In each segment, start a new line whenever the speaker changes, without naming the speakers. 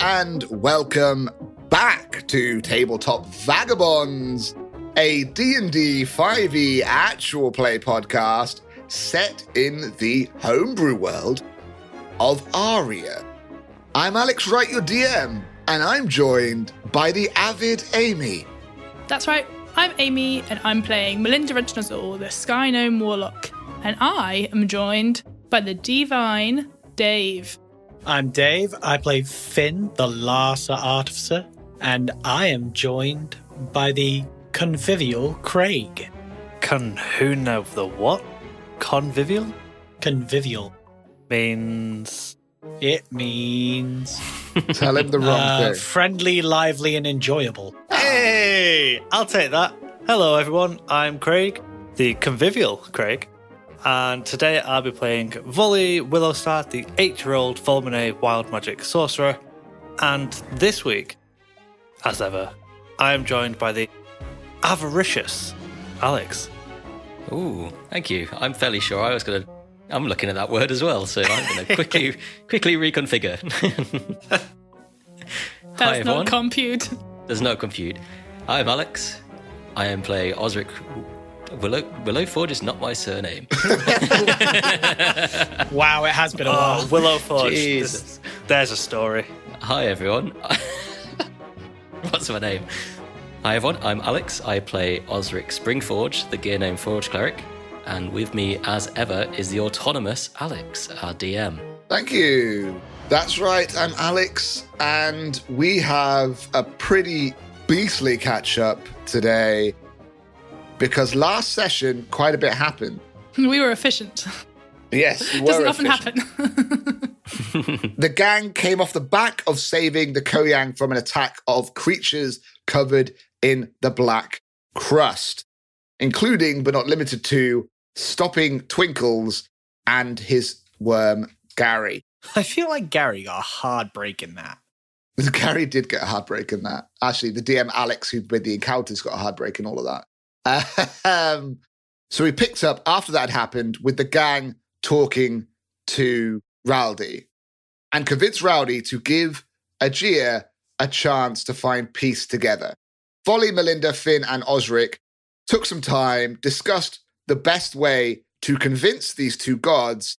and welcome back to Tabletop Vagabonds, a D&D 5e E actual play podcast set in the homebrew world of Aria. I'm Alex Wright, your DM, and I'm joined by the avid Amy.
That's right, I'm Amy and I'm playing Melinda Rentonazor, the Sky Gnome Warlock, and I am joined by the Divine Dave.
I'm Dave. I play Finn, the Larsa Artificer, and I am joined by the convivial Craig.
Con who know the what? Convivial
Convivial.
means
It means
Tell him the wrong
uh,
thing.
friendly, lively, and enjoyable.
Hey, I'll take that. Hello, everyone. I'm Craig, the convivial Craig, and today I'll be playing Volley Willowstar, the eight-year-old Fulminate Wild Magic Sorcerer. And this week, as ever, I am joined by the avaricious Alex.
Ooh, thank you. I'm fairly sure I was going to. I'm looking at that word as well, so I'm going to quickly quickly reconfigure.
That's
everyone.
not compute.
There's no compute. I'm Alex. I am playing Osric. Willow, Willow Ford is not my surname.
Wow, it has been a
Oh,
while.
Willow Forge.
Jesus.
There's a story.
Hi, everyone. What's my name? Hi, everyone. I'm Alex. I play Osric Springforge, the gear name Forge Cleric. And with me, as ever, is the autonomous Alex, our DM.
Thank you. That's right. I'm Alex, and we have a pretty beastly catch up today because last session quite a bit happened.
We were efficient.
Yes, we
Doesn't
were
often
efficient.
happen.
The gang came off the back of saving the Koyang from an attack of creatures covered in the black crust, including but not limited to stopping Twinkles and his worm Gary.
I feel like Gary got a hard break in that.
Gary did get a heartbreak in that. Actually, the DM Alex, who made the encounters, got a heartbreak in all of that. Um, so we picked up after that happened with the gang talking to Rowdy and convinced Rowdy to give Ajir a chance to find peace together. Folly, Melinda, Finn, and Osric took some time, discussed the best way to convince these two gods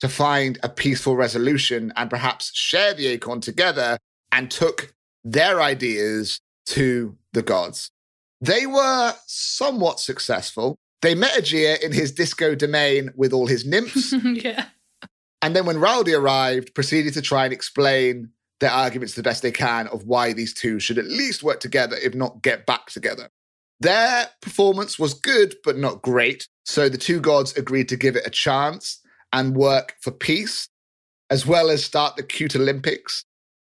to find a peaceful resolution and perhaps share the acorn together and took their ideas to the gods. They were somewhat successful. They met Aegir in his disco domain with all his nymphs,
yeah.
and then when Rowdy arrived, proceeded to try and explain their arguments the best they can of why these two should at least work together, if not get back together. Their performance was good, but not great. So the two gods agreed to give it a chance and work for peace, as well as start the cute Olympics.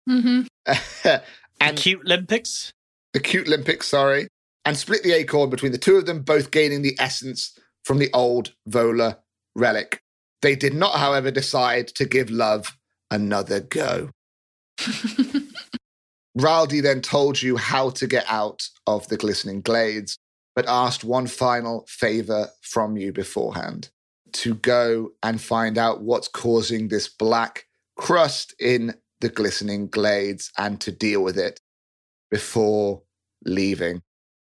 hmm
and
Cute Olympics.
the cute Olympics, sorry, and split the acorn between the two of them, both gaining the essence from the old Vola relic. They did not, however, decide to give love another go. Raldi then told you how to get out of the glistening glades, but asked one final favor from you beforehand to go and find out what's causing this black crust in the glistening glades and to deal with it before leaving.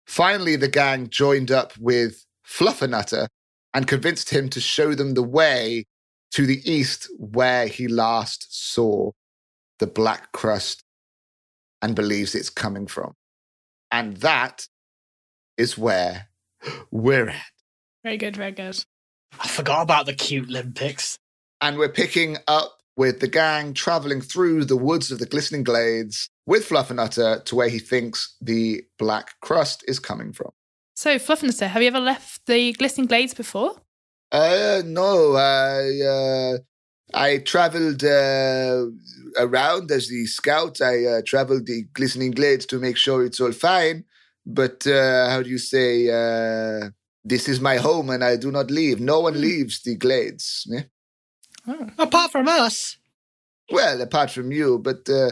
Finally, the gang joined up with Fluffernutter and convinced him to show them the way to the east where he last saw the black crust and believes it's coming from. And that is where we're at.
Very good, very good.
I forgot about the cute Olympics.
and we're picking up with the gang traveling through the woods of the glistening glades with Fluffernutter to where he thinks the black crust is coming from.
So, Fluffinster, have you ever left the Glistening Glades before?
Uh, no, I uh, I traveled uh, around as the scout. I uh, traveled the glistening glades to make sure it's all fine. But uh, how do you say? Uh, this is my home, and I do not leave. No one leaves the glades. yeah?
Oh.
Apart from us,
Well, apart from you, but uh,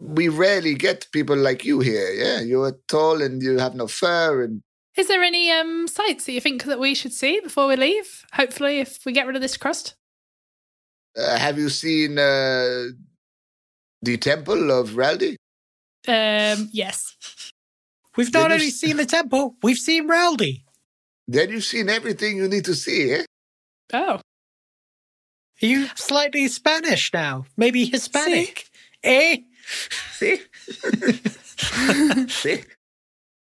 we rarely get people like you here. Yeah, you're tall and you have no fur, and
Is there any um, sights that you think that we should see before we leave? Hopefully, if we get rid of this crust.
uh, have you seen uh, the temple of Raldi?
Um, yes.
We've
Did
not
you
only
s-
seen the temple, we've seen Rowdy.
Then you've seen everything you need to see, eh?
Oh,
Are you slightly Spanish now? Maybe Hispanic? Eh?
See? see?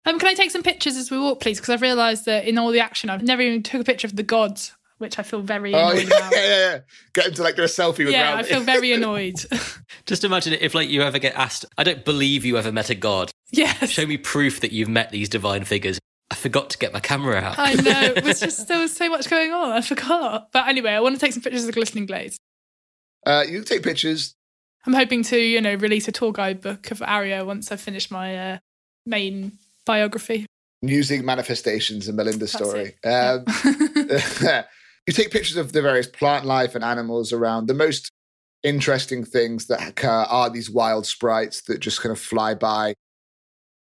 um, can I take some pictures as we walk, please? Because I've realised that in all the action, I've never even took a picture of the gods, which I feel very
Oh, yeah,
annoyed
yeah,
about.
yeah. Get him to like do a selfie with
Yeah, I
Raldi.
feel very annoyed.
Just imagine if, like, you ever get asked, I don't believe you ever met a god.
yes.
Show me proof that you've met these divine figures. I forgot to get my camera out.
I know. It was just there was so much going on. I forgot. But anyway, I want to take some pictures of the glistening blades.
uh, you can take pictures.
I'm hoping to, you know, release a tour guide book of Aria once I finish my uh, main biography.
Using manifestations in Melinda's
That's
story.
it.
Um,
Yeah.
you take pictures of the various plant life and animals around. The most interesting things that occur are these wild sprites that just kind of fly by,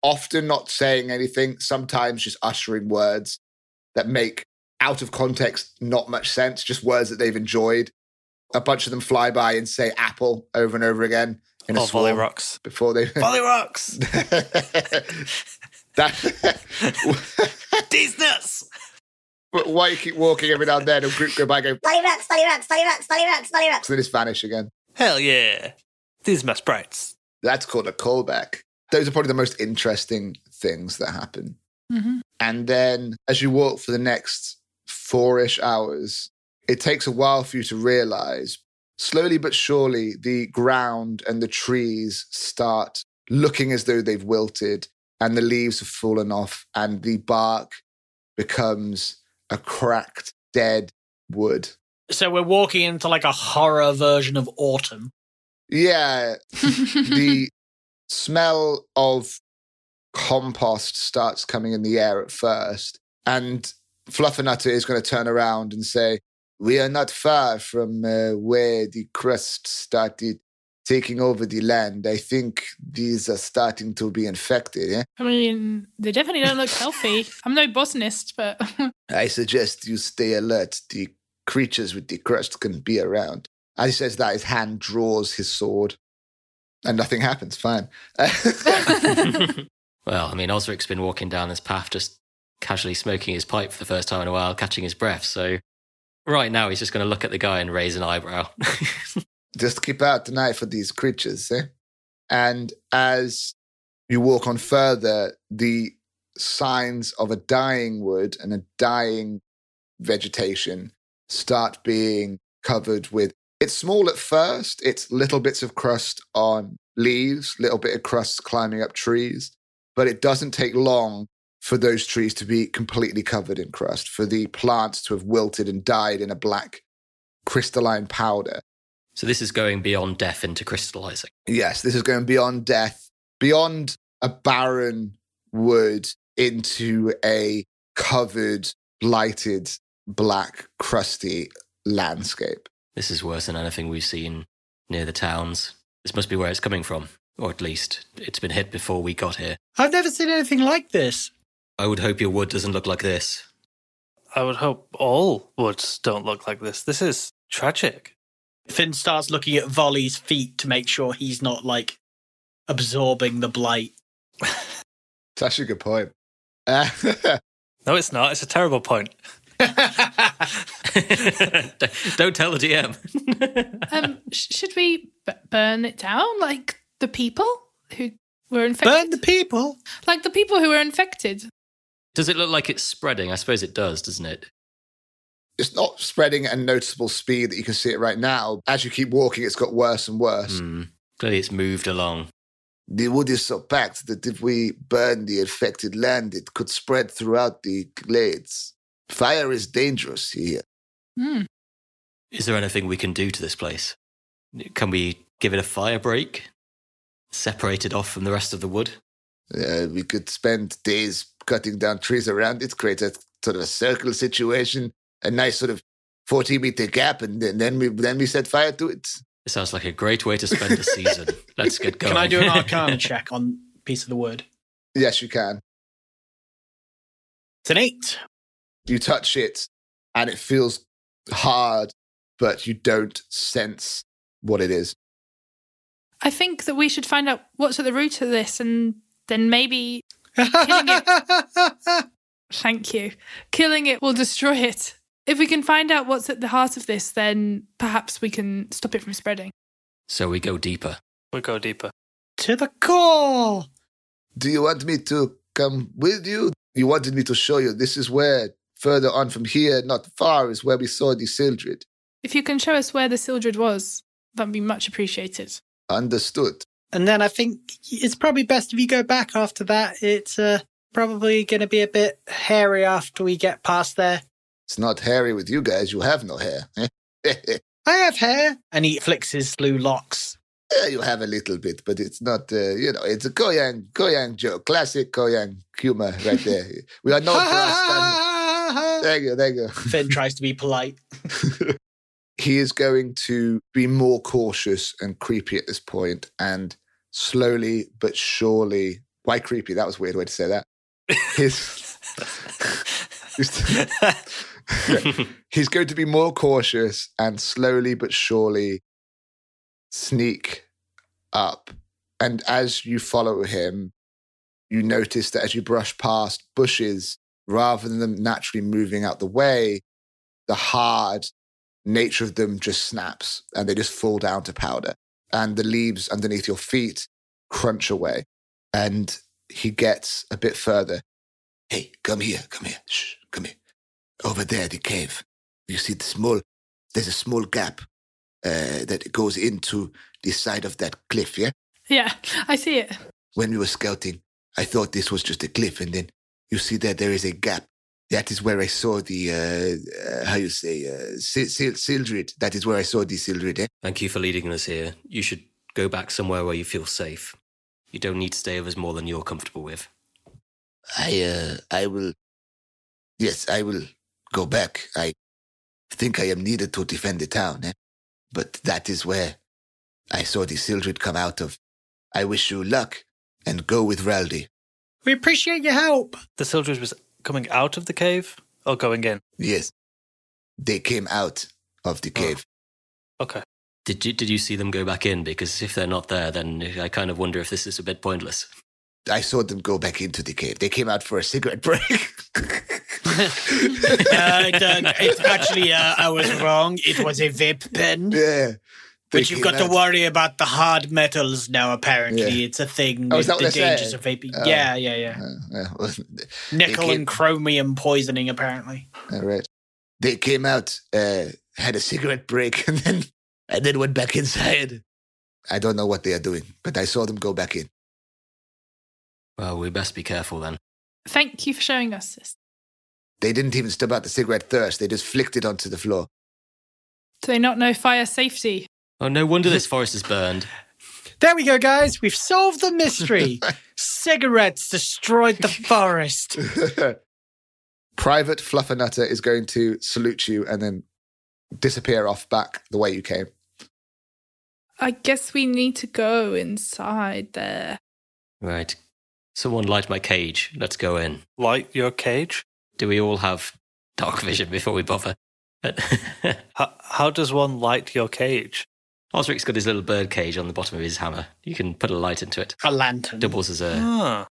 often not saying anything, sometimes just uttering words that make out of context not much sense, just words that they've enjoyed. A bunch of them fly by and say apple over and over again in a
Oh, volley
swarm
rocks.
before they.
Volley rocks.
that,
These nuts.
but why you keep walking every now and then, a group go by and go,
Bloody rocks, bloody rocks, bloody rocks, bloody rocks, bloody rocks.
and they just vanish again.
Hell yeah. These are my sprites.
That's called a callback. Those are probably the most interesting things that happen.
Mhm.
And then as you walk for the next four ish hours, it takes a while for you to realize, slowly but surely, the ground and the trees start looking as though they've wilted and the leaves have fallen off and the bark becomes a cracked, dead wood.
So we're walking into like a horror version of autumn.
Yeah, the smell of compost starts coming in the air at first, and Fluffernutter is going to turn around and say, "We are not far from uh, where the crust started taking over the land. I think these are starting to be infected. Eh?
I mean, they definitely don't look healthy. I'm no botanist, but
I suggest you stay alert. The creatures with the crust can be around." As he says that, his hand draws his sword, and nothing happens. Fine.
well, I mean, Osric's been walking down this path just casually smoking his pipe for the first time in a while, catching his breath. So right now, he's just going to look at the guy and raise an eyebrow.
just keep out an eye for these creatures. Eh? And as you walk on further, the signs of a dying wood and a dying vegetation start being covered with. It's small at first, it's little bits of crust on leaves, little bit of crust climbing up trees, but it doesn't take long for those trees to be completely covered in crust, for the plants to have wilted and died in a black crystalline powder.
so this is going beyond death into crystallizing.
Yes, this is going beyond death, beyond a barren wood into a covered, blighted, black, crusty landscape.
This is worse than anything we've seen near the towns. This must be where it's coming from, or at least it's been hit before we got here.
I've never seen anything like this.
I would hope your wood doesn't look like this.
I would hope all woods don't look like this. This is tragic.
Finn starts looking at Volley's feet to make sure he's not like absorbing the blight.
It's actually a good point. Uh,
No, it's not. It's a terrible point.
Don't- Don't tell the DM.
um, sh- should we b- burn it down like the people who were
Burn
infected?
the people.
like the people who were infected.
does it look like it's spreading? I suppose it does, doesn't it?
it's not spreading at a noticeable speed that you can see it right now. As you keep walking, it's got worse and worse.
Hmm. Clearly, it's moved along.
The wood is so packed that if we burn the infected land, it could spread throughout the glades. Fire is dangerous here.
Hmm.
Is there anything we can do to this place? Can we give it a fire break? Separate it off from the rest of the wood?
Uh, we could spend days cutting down trees around it, create a sort of a circle situation, a nice sort of 40 meter gap, and then, then we then we set fire to it.
It sounds like a great way to spend a season. Let's get going.
Can I do an arcana check on piece of the wood?
Yes, you can.
It's an eight.
You touch it, and it feels hard, but you don't sense what it is.
I think that we should find out what's at the root of this and then maybe killing it. Thank you. Killing it will destroy it. If we can find out what's at the heart of this, then perhaps we can stop it from spreading.
So we go deeper.
We go deeper.
to the core.
Do you want me to come with you? You wanted me to show you. This is where, further on from here, not far, is where we saw the Sildred.
If you can show us where the Sildred was, that'd be much appreciated.
Understood.
And then I think it's probably best if you go back after that. It's uh, probably going to be a bit hairy after we get past there.
It's not hairy with you guys. You have no hair. yeah,
I have hair. And he flicks his blue locks.
you have a little bit, but it's not, uh, you know, it's a Koyang, Koyang joke. Classic Koyang humor right there. we are known for our stand. There you go, there you go.
Finn tries to be polite.
he is going to be more cautious and creepy at this point and slowly but surely why creepy that was a weird way to say that his, he's going to be more cautious and slowly but surely sneak up and as you follow him you notice that as you brush past bushes rather than them naturally moving out the way the hard nature of them just snaps and they just fall down to powder. And the leaves underneath your feet crunch away. And he gets a bit further. Hey, come here, come here, shh, come here. Over there, the cave. You see the small, there's a small gap uh, that goes into the side of that cliff, yeah?
Yeah, I see it.
when we were scouting, I thought this was just a cliff, and then you see that there is a gap. That is where I saw the uh, uh, how you say uh, Sil- Sil- Sildred. That is where I saw the Sildred. Eh?
Thank you for leading us here. You should go back somewhere where you feel safe. You don't need to stay with us more than you're comfortable with.
I uh, I will. Yes, I will go back. I think I am needed to defend the town, eh? but that is where I saw the Sildred come out of. I wish you luck and go with Raldi.
We appreciate your help.
The Sildred was coming out of the cave or going in?
Yes, they came out of the
Oh.
cave.
Okay.
Did you, did you see them go back in? Because if they're not there, then I kind of wonder if this is a bit pointless.
I saw them go back into the cave. They came out for a cigarette break.
Uh, it's actually, uh, I was wrong. It was a vape pen.
yeah. They
But you've
came
got to
out.
worry about the hard metals now, apparently.
Yeah.
It's a thing
Oh,
with
is that
the
what they're
dangers
saying?
of vaping.
Oh.
yeah, yeah, yeah.
Uh, yeah, well,
Nickel
keep-
and chromium poisoning, apparently.
all right. They came out, uh, had a cigarette break, and then and then went back inside. I don't know what they are doing, but I saw them go back in.
Well, we best be careful then.
Thank you for showing us this.
They didn't even stub out the cigarette thirst. They just flicked it onto the floor.
Do they not know fire safety?
Oh, no wonder this forest is burned.
There we go, guys. We've solved the mystery. Cigarettes destroyed the forest.
Private Fluffernutter is going to salute you and then disappear off back the way you came.
I guess we need to go inside there.
Right. Someone light my cage. Let's go in.
Light your cage?
Do we all have dark vision before we bother?
How, how does one light your cage?
Osric's got his little bird cage on the bottom of his hammer. You can put a light into it.
A lantern.
Doubles as a,
Ah.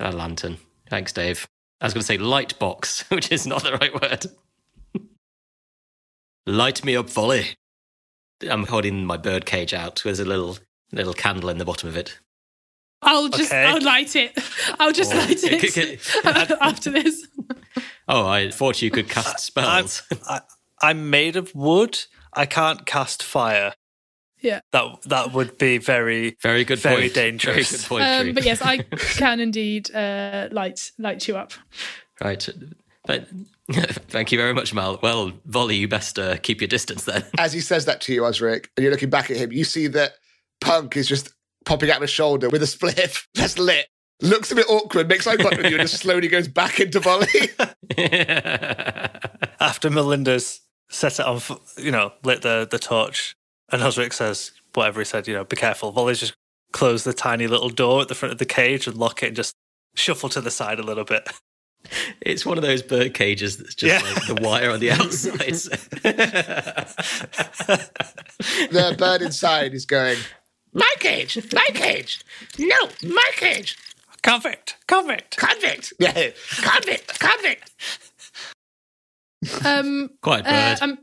a lantern. Thanks, Dave. I was going to say light box, which is not the right word. light me up, volley. I'm holding my bird cage out. There's a little little candle in the bottom of it.
I'll just,
Okay.
I'll light it. I'll just
Oh.
light
Okay,
it after this.
Oh, I thought you could cast spells.
I, I'm made of wood. I can't cast fire.
Yeah.
That that would be very
Very good
Very
point.
dangerous.
Very good point.
Um,
Drew.
but yes, I can indeed uh, light light you up.
Right. But, thank you very much, Mal. Well, Volley, you best uh, keep your distance then.
as he says that to you, Osric, and you're looking back at him, you see that Punk is just popping out of his shoulder with a spliff that's lit. Looks a bit awkward, makes eye contact with you, and just slowly goes back into volley.
after Melinda's set it on, f- you know, lit the, the torch, and Osric says, whatever he said, you know, be careful. Volley's just close the tiny little door at the front of the cage and lock it and just shuffle to the side a little bit.
it's one of those bird cages that's
Yeah.
just like the wire on the outside.
the bird inside is going,
My cage! My cage! No! My cage!
Convict! Convict!
Convict!
Yeah.
Convict! Convict!
Um,
Quiet bird.
uh, um,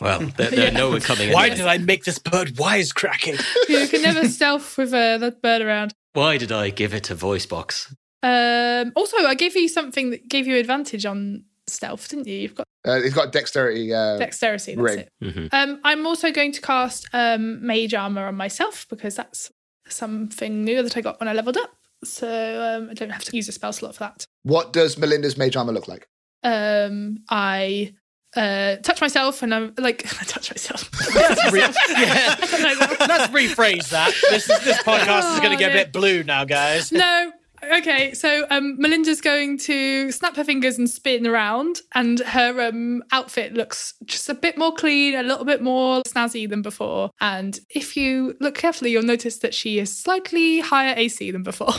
well, there, there are no one coming.
Why
anyway.
did I make this bird wisecracking?
you can never stealth with uh, that bird around.
Why did I give it a voice box?
Um, also, I gave you something that gave you advantage on stealth, didn't you? You've got
Uh, he's got dexterity. Uh,
dexterity. That's
Ring.
it.
hmm
Um, I'm also going to cast um, mage armor on myself because that's something new that I got when I leveled up. So um, I don't have to use a spell slot for that.
what does Melinda's mage armor look like?
Um, I uh, touch myself and I'm like, I touch myself.
Let's, re- yeah.
I don't know what-
Let's rephrase that. This is, this podcast is going to
Oh,
get
dear.
a bit blue now, guys.
no. Okay, so um, Melinda's going to snap her fingers and spin around, and her um, outfit looks just a bit more clean, a little bit more snazzy than before. And if you look carefully, you'll notice that she is slightly higher AC than before.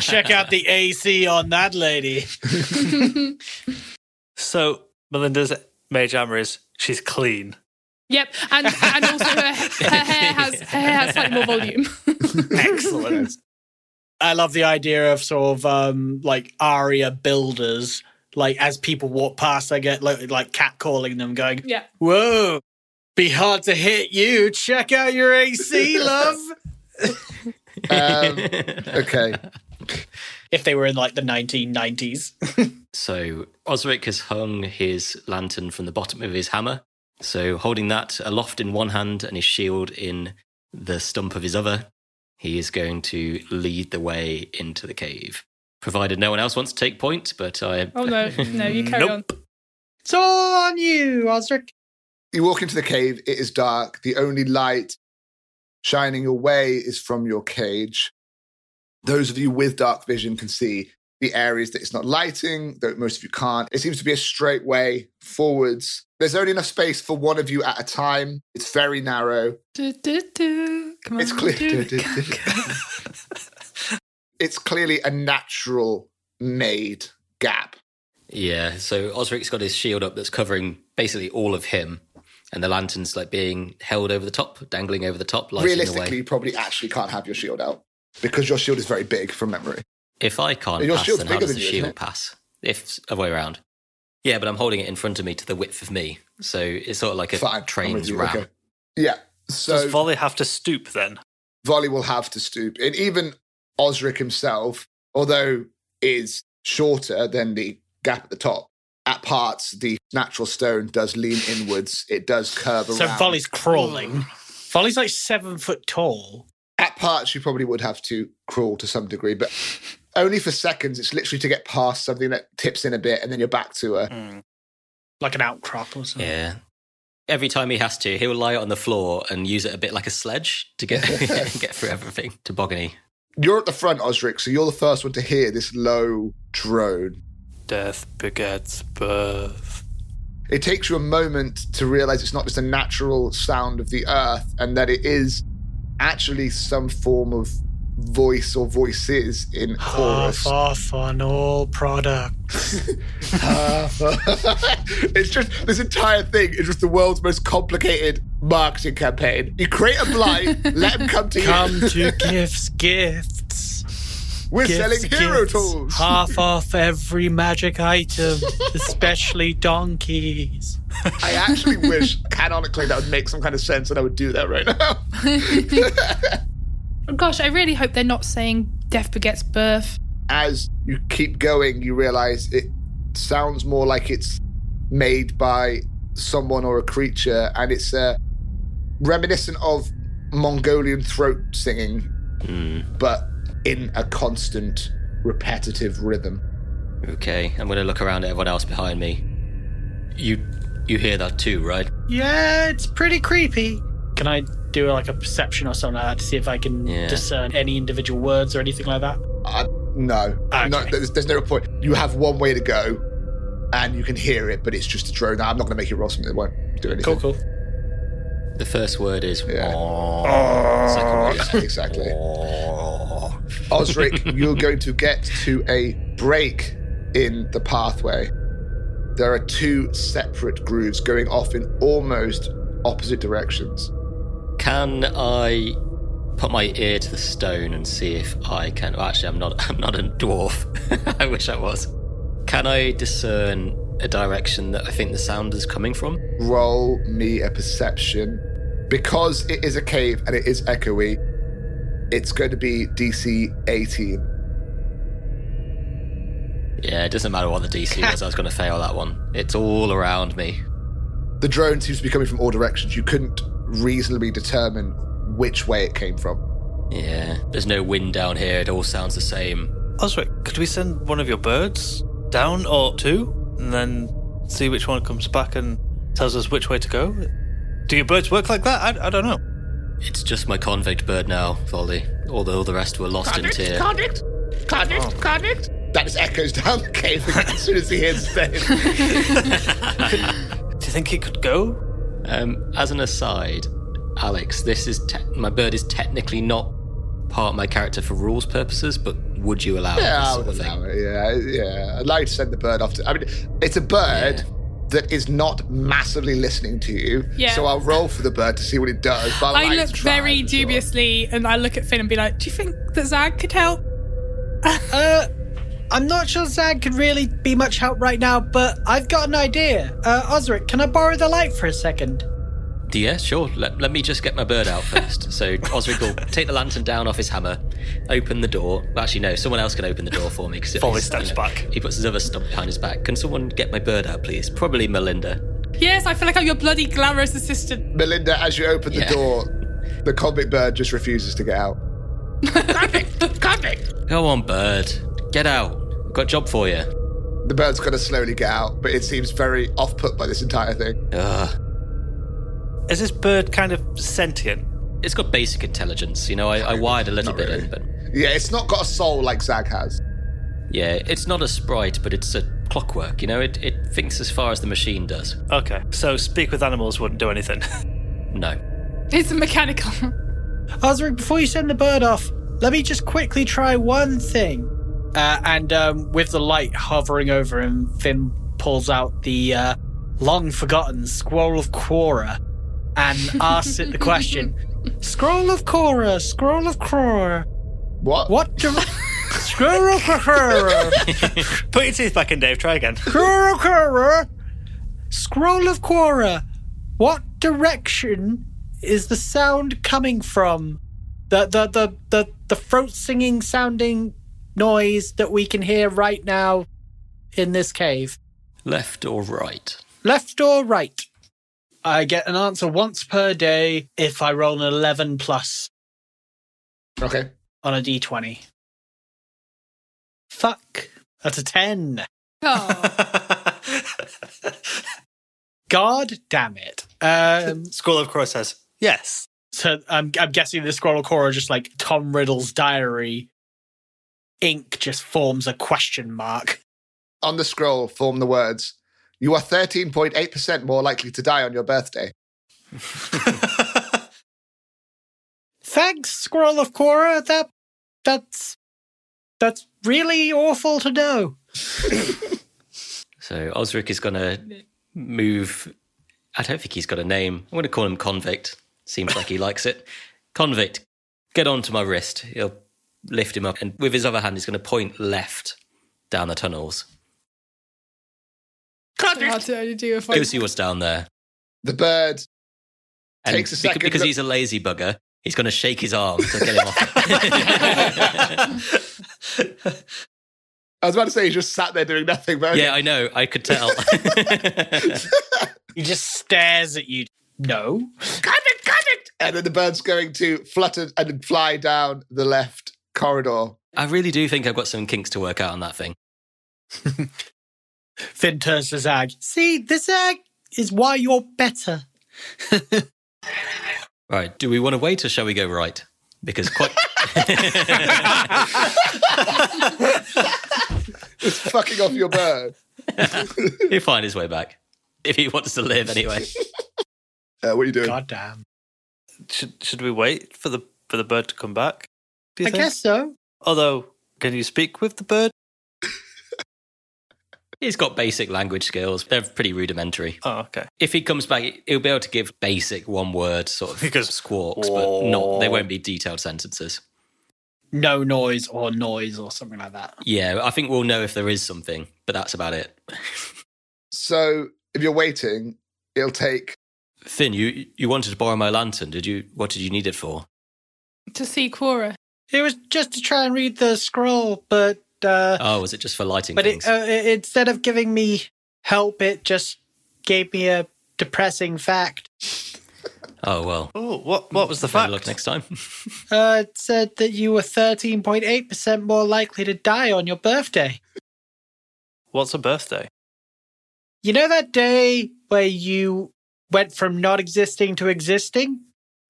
Check out the AC on that lady.
So Melinda's mage armor is she's clean.
Yep, and and also her, her hair has her hair has slightly more volume.
Excellent.
I love the idea of sort of um, like aria builders. Like as people walk past, I get like, like cat calling them, going,
yeah,
"Whoa, be hard to hit you. Check out your AC, love."
Um, okay.
if they were in like the 1990s,
So Osric has hung his lantern from the bottom of his hammer. So holding that aloft in one hand and his shield in the stump of his other, he is going to lead the way into the cave. Provided no one else wants to take point, but I
Oh no, no, you carry on.
it's all on you, Osric.
You walk into the cave. It is dark. The only light shining away is from your cage. Those of you with dark vision can see the areas that it's not lighting, though most of you can't. It seems to be a straight way forwards. There's only enough space for one of you at a time. It's very narrow.
Du, du, du. Come on,
It's clear.
do it.
Du- du- du- It's clearly a natural made gap.
Yeah, so Osric's got his shield up that's covering basically all of him, and the lantern's like being held over the top, dangling over the top, lighting the
Realistically,
way.
you probably actually can't have your shield out because your shield is very big from memory.
If I can't
Your
pass,
shield's
then how
bigger
does the
than you, isn't
shield
it?
pass? If other way around. Yeah, but I'm holding it in front of me to the width of me, so it's sort of like a
Fine. I'm with
train's
you,
wrap.
okay. Yeah. So
Does Volley have to stoop then?
Volley will have to stoop. And even Osric himself, although is shorter than the gap at the top, at parts the natural stone does lean inwards. It does curve around.
So Folly's crawling. Folly's like seven foot tall.
at parts you probably would have to crawl to some degree, but only for seconds. It's literally to get past something that tips in a bit, and then you're back to a
Hmm.
like an outcrop or something.
Yeah. Every time he has to, he'll lie on the floor and use it a bit like a sledge to get get through everything. Tobogany.
You're at the front, Osric, so you're the first one to hear this low drone.
Death begets birth.
It takes you a moment to realize it's not just a natural sound of the earth and that it is actually some form of voice or voices in chorus.
Half off on all product.
it's just this entire thing is just the world's most complicated marketing campaign. You create a blind, let them come to
Come
you.
to gifts, gifts.
We're
gifts,
selling hero
gifts.
tools.
Half off every magic item, especially donkeys.
I actually wish canonically that would make some kind of sense and I would do that right now.
Gosh, I really hope they're not saying death begets birth.
as you keep going, you realize it sounds more like it's made by someone or a creature, and it's uh, reminiscent of Mongolian throat singing,
Hmm,
but in a constant, repetitive rhythm.
Okay, I'm gonna look around at everyone else behind me. You you hear that too, right?
Yeah, it's pretty creepy. Can I do like a perception or something like that to see if I can
Yeah.
discern any individual words or anything like that?
Uh, no,
Okay.
no, there's, there's no point. You have one way to go, and you can hear it, but it's just a drone. I'm not going to make you roll something that won't do anything.
Cool, cool.
The first word is
Yeah.
"Aw." Second word is
Yeah, exactly.
"Aw."
Osric, you're going to get to a break in the pathway. There are two separate grooves going off in almost opposite directions.
Can I put my ear to the stone and see if I can? Well, actually, I'm not. I'm not a dwarf. I wish I was. Can I discern a direction that I think the sound is coming from?
Roll me a perception. Because it is a cave and it is echoey, it's going to be DC 18.
Yeah, it doesn't matter what the DC was. I was going to fail that one. It's all around me.
The drone seems to be coming from all directions. You couldn't reasonably determine which way it came from.
Yeah, there's no wind down here. It all sounds the same.
Osric, Oh, could we send one of your birds down or two and then see which one comes back and tells us which way to go? Do your birds work like that? I, I don't know.
It's just my convict bird now, Volley. Although the rest were lost in
Convict,
tear.
convict, convict, convict.
That just echoes down the cave again as soon as he hears his name.
Do you think it could go?
Um, as an aside, Alex, this is te- my bird is technically not part of my character for rules purposes, but would you allow
Yeah,
this
I
sort
would
of thing?
allow it. Yeah, yeah. I'd like to send the bird off to. I mean, it's a bird that is not massively listening to you.
Yeah.
So I'll roll for the bird to see what it does. But I'd
I
like to
look
try
very
for sure.
dubiously and I look at Finn and be like, Do you think that Zag could help?
Uh, I'm not sure Zag could really be much help right now, but I've got an idea. Uh, Osric, can I borrow the light for a second?
Yeah, sure. Let, let me just get my bird out first. so Osric will take the lantern down off his hammer, open the door. Well, actually, no, someone else can open the door for me because
Volley steps back.
He puts his other stump behind his back. Can someone get my bird out, please? Probably Melinda.
Yes, I feel like I'm your bloody glamorous assistant.
Melinda, as you open the
Yeah.
door, the convict bird just refuses to get out.
Convict, convict.
Go on, bird. Get out. I've got a job for you.
The bird's going to slowly get out, but it seems very off put by this entire thing.
Ugh.
Is this bird kind of sentient?
It's got basic intelligence, you know. I, I wired a little
Not
bit
really.
in, but
Yeah, it's not got a soul like Zag has.
Yeah, it's not a sprite, but it's a clockwork, you know? It, it thinks as far as the machine does.
Okay, so speak with animals wouldn't do anything.
No.
It's a mechanical.
Osric, before you send the bird off, let me just quickly try one thing. Uh, and um, with the light hovering over him, Finn pulls out the uh, long forgotten Scroll of Quora and asks it the question Scroll of Quora, Scroll of Quora,
What?
what do. Scroll of Quora,
Put your teeth back in, Dave. Try again.
Quora, Quora, Scroll of Quora, what direction is the sound coming from? The the the the, the throat singing sounding noise that we can hear right now in this cave.
Left or right?
Left or right? I get an answer once per day if I roll an 11 plus
Okay.
on a d20. Fuck. That's a 10.
Oh.
God damn it. Um,
Scroll of course says yes.
So I'm, I'm guessing the scroll of Korra just like Tom Riddle's diary. Ink just forms a question mark.
On the scroll, form the words You are 13.8% more likely to die on your birthday.
Thanks, scroll of Korra. That that's that's really awful to know.
So Osric is going to move. I don't think he's got a name. I'm going to call him Convict. Seems like he likes it. Convict, get onto my wrist. He'll lift him up, and with his other hand, he's going to point left down the tunnels.
Hard
Convict,
to only do if I
Go see what's down there.
The bird
And
Takes a
beca-
second
because
look-
he's a lazy bugger. He's going to shake his arm to get him off.
I was about to say he just sat there doing nothing, but okay.
Yeah, I know. I could tell.
He just stares at you. No.
convict, convict.
and then the bird's going to flutter and fly down the left corridor.
I really do think I've got some kinks to work out on that thing.
Finn turns to Zag. See, this Zag is why you're better.
Right. Do we want to wait or shall we go right? Because quite.
It's fucking off your bird.
He'll find his way back. If he wants to live anyway.
Uh, what are you doing?
God damn.
should should we wait for the for the bird to come back? do
I
you think?
guess so.
Although, can you speak with the bird?
He's got basic language skills. They're pretty rudimentary.
Oh, okay.
If he comes back, he'll be able to give basic one word sort of
Because-
squawks, but not they won't be detailed sentences.
No noise or noise or something like that.
Yeah, I think we'll know if there is something, but that's about it.
So if you're waiting, it'll take.
Finn, you you wanted to borrow my lantern, did you? What did you need it for?
to see Quora.
It was just to try and read the scroll, but uh,
Oh, was it just for lighting
but
things?
it, uh, it, instead of giving me help, it just gave me a depressing fact.
oh well,
Oh, what what was the
better
fact?
luck next time.
Uh, it said that you were thirteen point eight percent more likely to die on your birthday.
What's a birthday?
You know that day where you went from not existing to existing?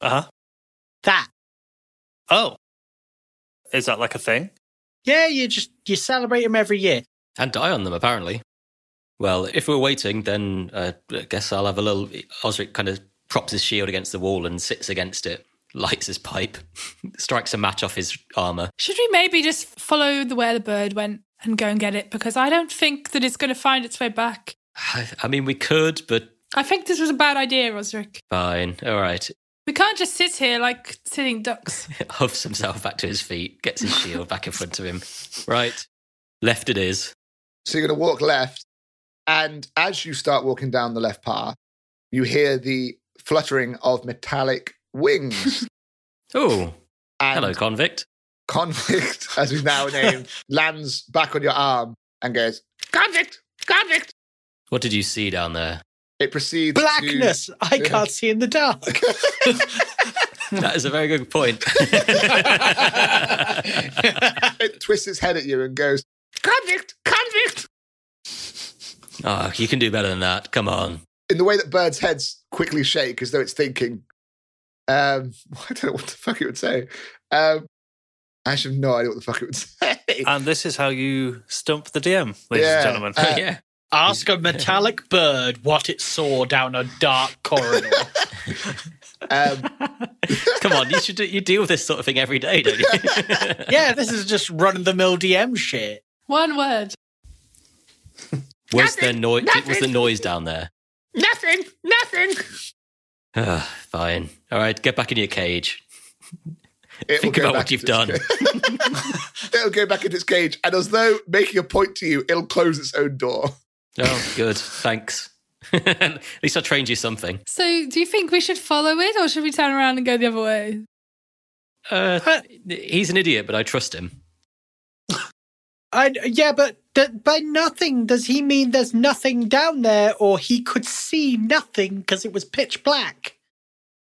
Uh huh.
That.
Oh, is that like a thing?
Yeah, you just you celebrate them every year.
and die on them apparently. Well, if we're waiting, then uh, I guess I'll have a little. Osric kind of props his shield against the wall and sits against it, lights his pipe, strikes a match off his armor.
Should we maybe just follow the where the bird went and go and get it? Because I don't think that it's going to find its way back.
I, I mean, we could, but
I think this was a bad idea, Osric.
fine. All right.
We can't just sit here like sitting ducks.
Huffs himself back to his feet, gets his shield back in front of him. Right. Left it is.
So you're going to walk left. And as you start walking down the left path, you hear the fluttering of metallic wings.
Oh,
and
hello, convict.
Convict, as we've now named, lands back on your arm and goes,
Convict! Convict!
What did you see down there?
it proceeds to-
Blackness. I can't see in the dark.
That is a very good point.
it twists its head at you and goes,
Convict! Convict!
oh, you can do better than that. Come on.
in the way that birds' heads quickly shake as though it's thinking. Um, I don't know what the fuck it would say. Um, I actually have no idea what the fuck it would say.
Uh,
And this is how you stump the DM, ladies
Yeah.
and gentlemen.
Uh,
yeah.
Ask a metallic bird what it saw down a dark corridor.
Um,
Come on, you should do, you deal with this sort of thing every day, don't you?
yeah, this is just run of the mill DM shit.
One word.
was the
Nothing,
noise? Was the
nothing.
noise down there?
Nothing! Nothing!
Ugh, fine. All right, get back in your cage.
it
Think
will go
about
back
what you've
into
done.
its cage. it'll go back into its cage, and as though making a point to you, it'll close its own door.
oh, good. Thanks. At least I trained you something.
So, do you think we should follow it, or should we turn around and go the other way?
Uh, he's an idiot, but I trust him.
I, yeah, but th- by nothing does he mean there's nothing down there, or he could see nothing because it was pitch black.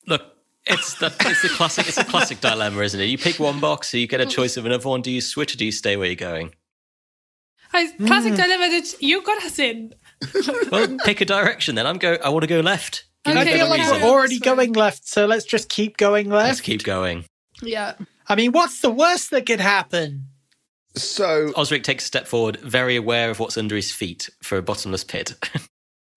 Look, it's the, it's the classic. It's a classic dilemma, isn't it? You pick one box, so you get a choice of another one. Do you switch or do you stay where you're going?
I, classic dilemma that you got us in.
Well, pick a direction then. I'm go. I want to go left. Give me
Okay,
a
I feel
better
like
reason.
we're already
Sorry.
going left, so let's just keep going
Let's
left.
keep going.
Yeah.
I mean, what's the worst that could happen?
So
Osric takes a step forward, very aware of what's under his feet for a bottomless pit.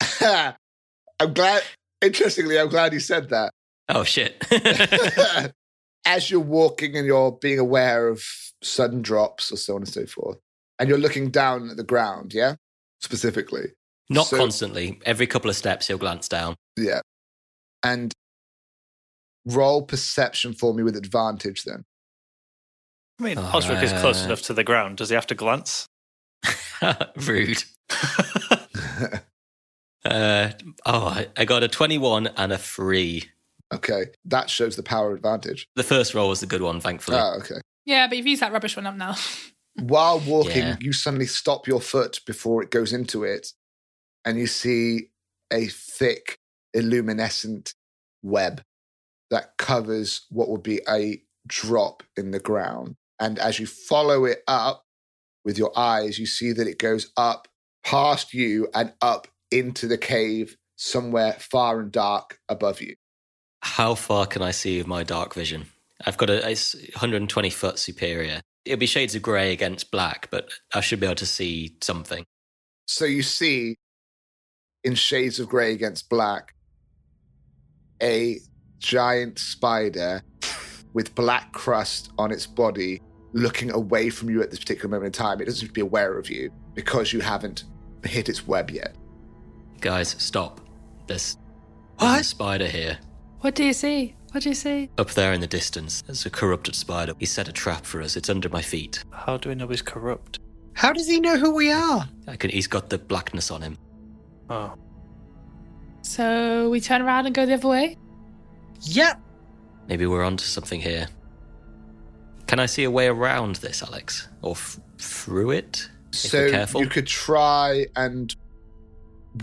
I'm glad. Interestingly, I'm glad you said that.
oh shit!
as you're walking and you're being aware of sudden drops or so on and so forth, and you're looking down at the ground, yeah, specifically,
Not
So-
constantly. Every couple of steps, he'll glance down.
yeah, and roll perception for me with advantage. Then
I mean,
All
Osric is close
right.
enough to the ground. Does he have to glance?
Rude. Uh, oh, I- I got a twenty-one and a three.
okay, that shows the power of advantage.
The first roll was the good one, thankfully.
Ah, okay.
Yeah, but you've used that rubbish one up now.
While walking,
Yeah.
you suddenly stop your foot before it goes into it, and you see a thick, illuminescent web that covers what would be a drop in the ground. And as you follow it up with your eyes, you see that it goes up past you and up into the cave somewhere far and dark above you.
How far can I see with my dark vision? I've got a it's 120 foot superior. It'll be shades of grey against black, but I should be able to see something.
So you see in shades of grey against black a giant spider with black crust on its body looking away from you at this particular moment in time. It doesn't seem to be aware of you because you haven't hit its web yet.
Guys, stop. There's
What?
a spider here.
What do you see? What do you see?
Up there in the distance, there's a corrupted spider. He set a trap for us. It's under my feet.
How do we know he's corrupt?
How does he know who we are?
I can. He's got the blackness on him.
Oh.
So we turn around and go the other way.
Yep.
Maybe we're onto something here. Can I see a way around this, Alex, or f- through it? If
So
we're careful.
you could try and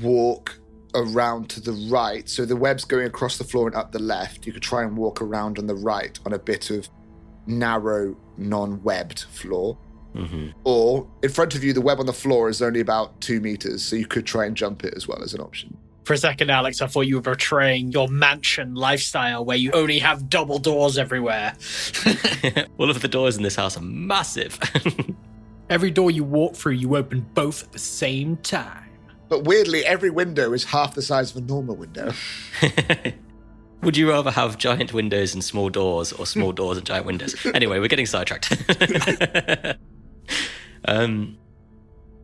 walk around to the right. So the web's going across the floor and up the left. You could try and walk around on the right on a bit of narrow, non webbed floor.
hmm
Or in front of you, the web on the floor is only about two meters. So you could try and jump it as well as an option.
For a second, Alex, I thought you were portraying your mansion lifestyle where you only have double doors everywhere.
All of the doors in this house are massive.
Every door you walk through, you open both at the same time.
But weirdly, every window is half the size of a normal window.
Would you rather have giant windows and small doors, or small doors and giant windows? Anyway, we're getting sidetracked. um,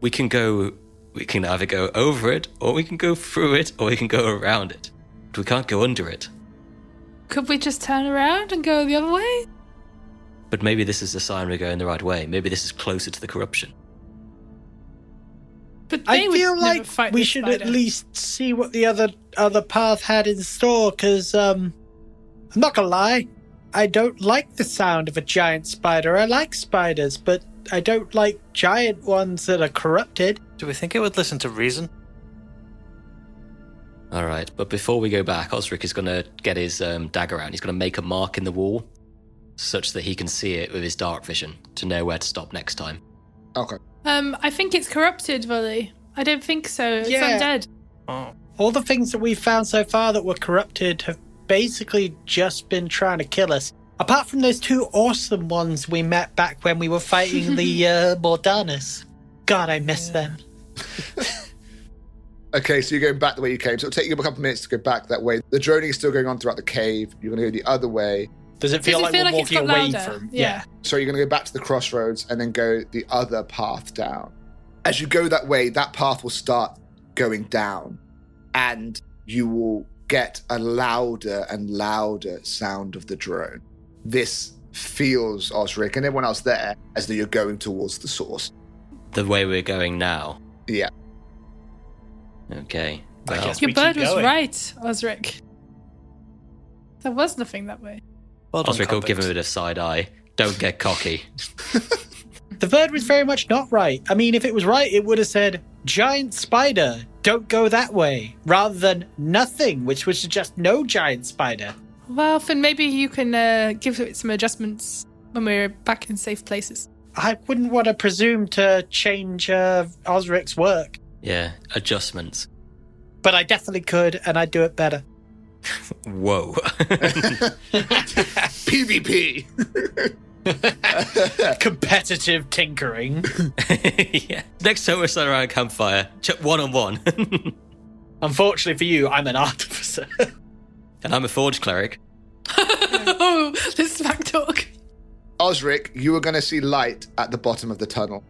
we can go. We can either go over it, or we can go through it, or we can go around it. But we can't go under it.
Could we just turn around and go the other way?
But maybe this is a sign we're going the right way. Maybe this is closer to the corruption.
But they
I
would
feel
never
like
fight
we
this
should
spider.
at least see what the other other path had in store. Because um, I'm not gonna lie, I don't like the sound of a giant spider. I like spiders, but I don't like giant ones that are corrupted.
Do we think it would listen to reason?
All right, but before we go back, Osric is going to get his um, dagger out. He's going to make a mark in the wall such that he can see it with his dark vision to know where to stop next time.
Okay.
Um, I think it's corrupted, Volley. I don't think so. It's
Yeah.
undead.
Oh.
All the things that we've found so far that were corrupted have basically just been trying to kill us. Apart from those two awesome ones we met back when we were fighting the uh, Mordanus. God, I miss them.
Okay, so you're going back the way you came. So it'll take you a couple of minutes to go back that way. The droning is still going on throughout the cave. You're going to go the other way.
Does it
Does
feel
it
like
feel
we're
like it's
walking
got
away
louder?
from?
Yeah.
So you're going to go back to the crossroads and then go the other path down. As you go that way, that path will start going down and you will get a louder and louder sound of the drone. This feels, Osric, and everyone else there, as though you're going towards the source.
The way we're going now.
Yeah.
Okay. Well,
guess-
Your
We keep
bird was
going.
right, Osric. There was nothing that way.
Well done,
Osric will give him a
convict.
bit of side eye. Don't get cocky.
The bird was very much not right. I mean, if it was right, it would have said, giant spider, don't go that way, rather than nothing, which would suggest no giant spider.
Well, Finn, maybe you can uh, give it some adjustments when we're back in safe places.
I wouldn't want to presume to change uh, Osric's work,
yeah, adjustments.
but I definitely could, and I'd do it better.
Whoa.
PvP!
Competitive tinkering.
yeah. Next time we're sat around a campfire, ch- one on one.
Unfortunately for you, I'm an artificer.
And I'm a forge cleric.
oh, this smack talk.
Osric, you are going to see light at the bottom of the tunnel,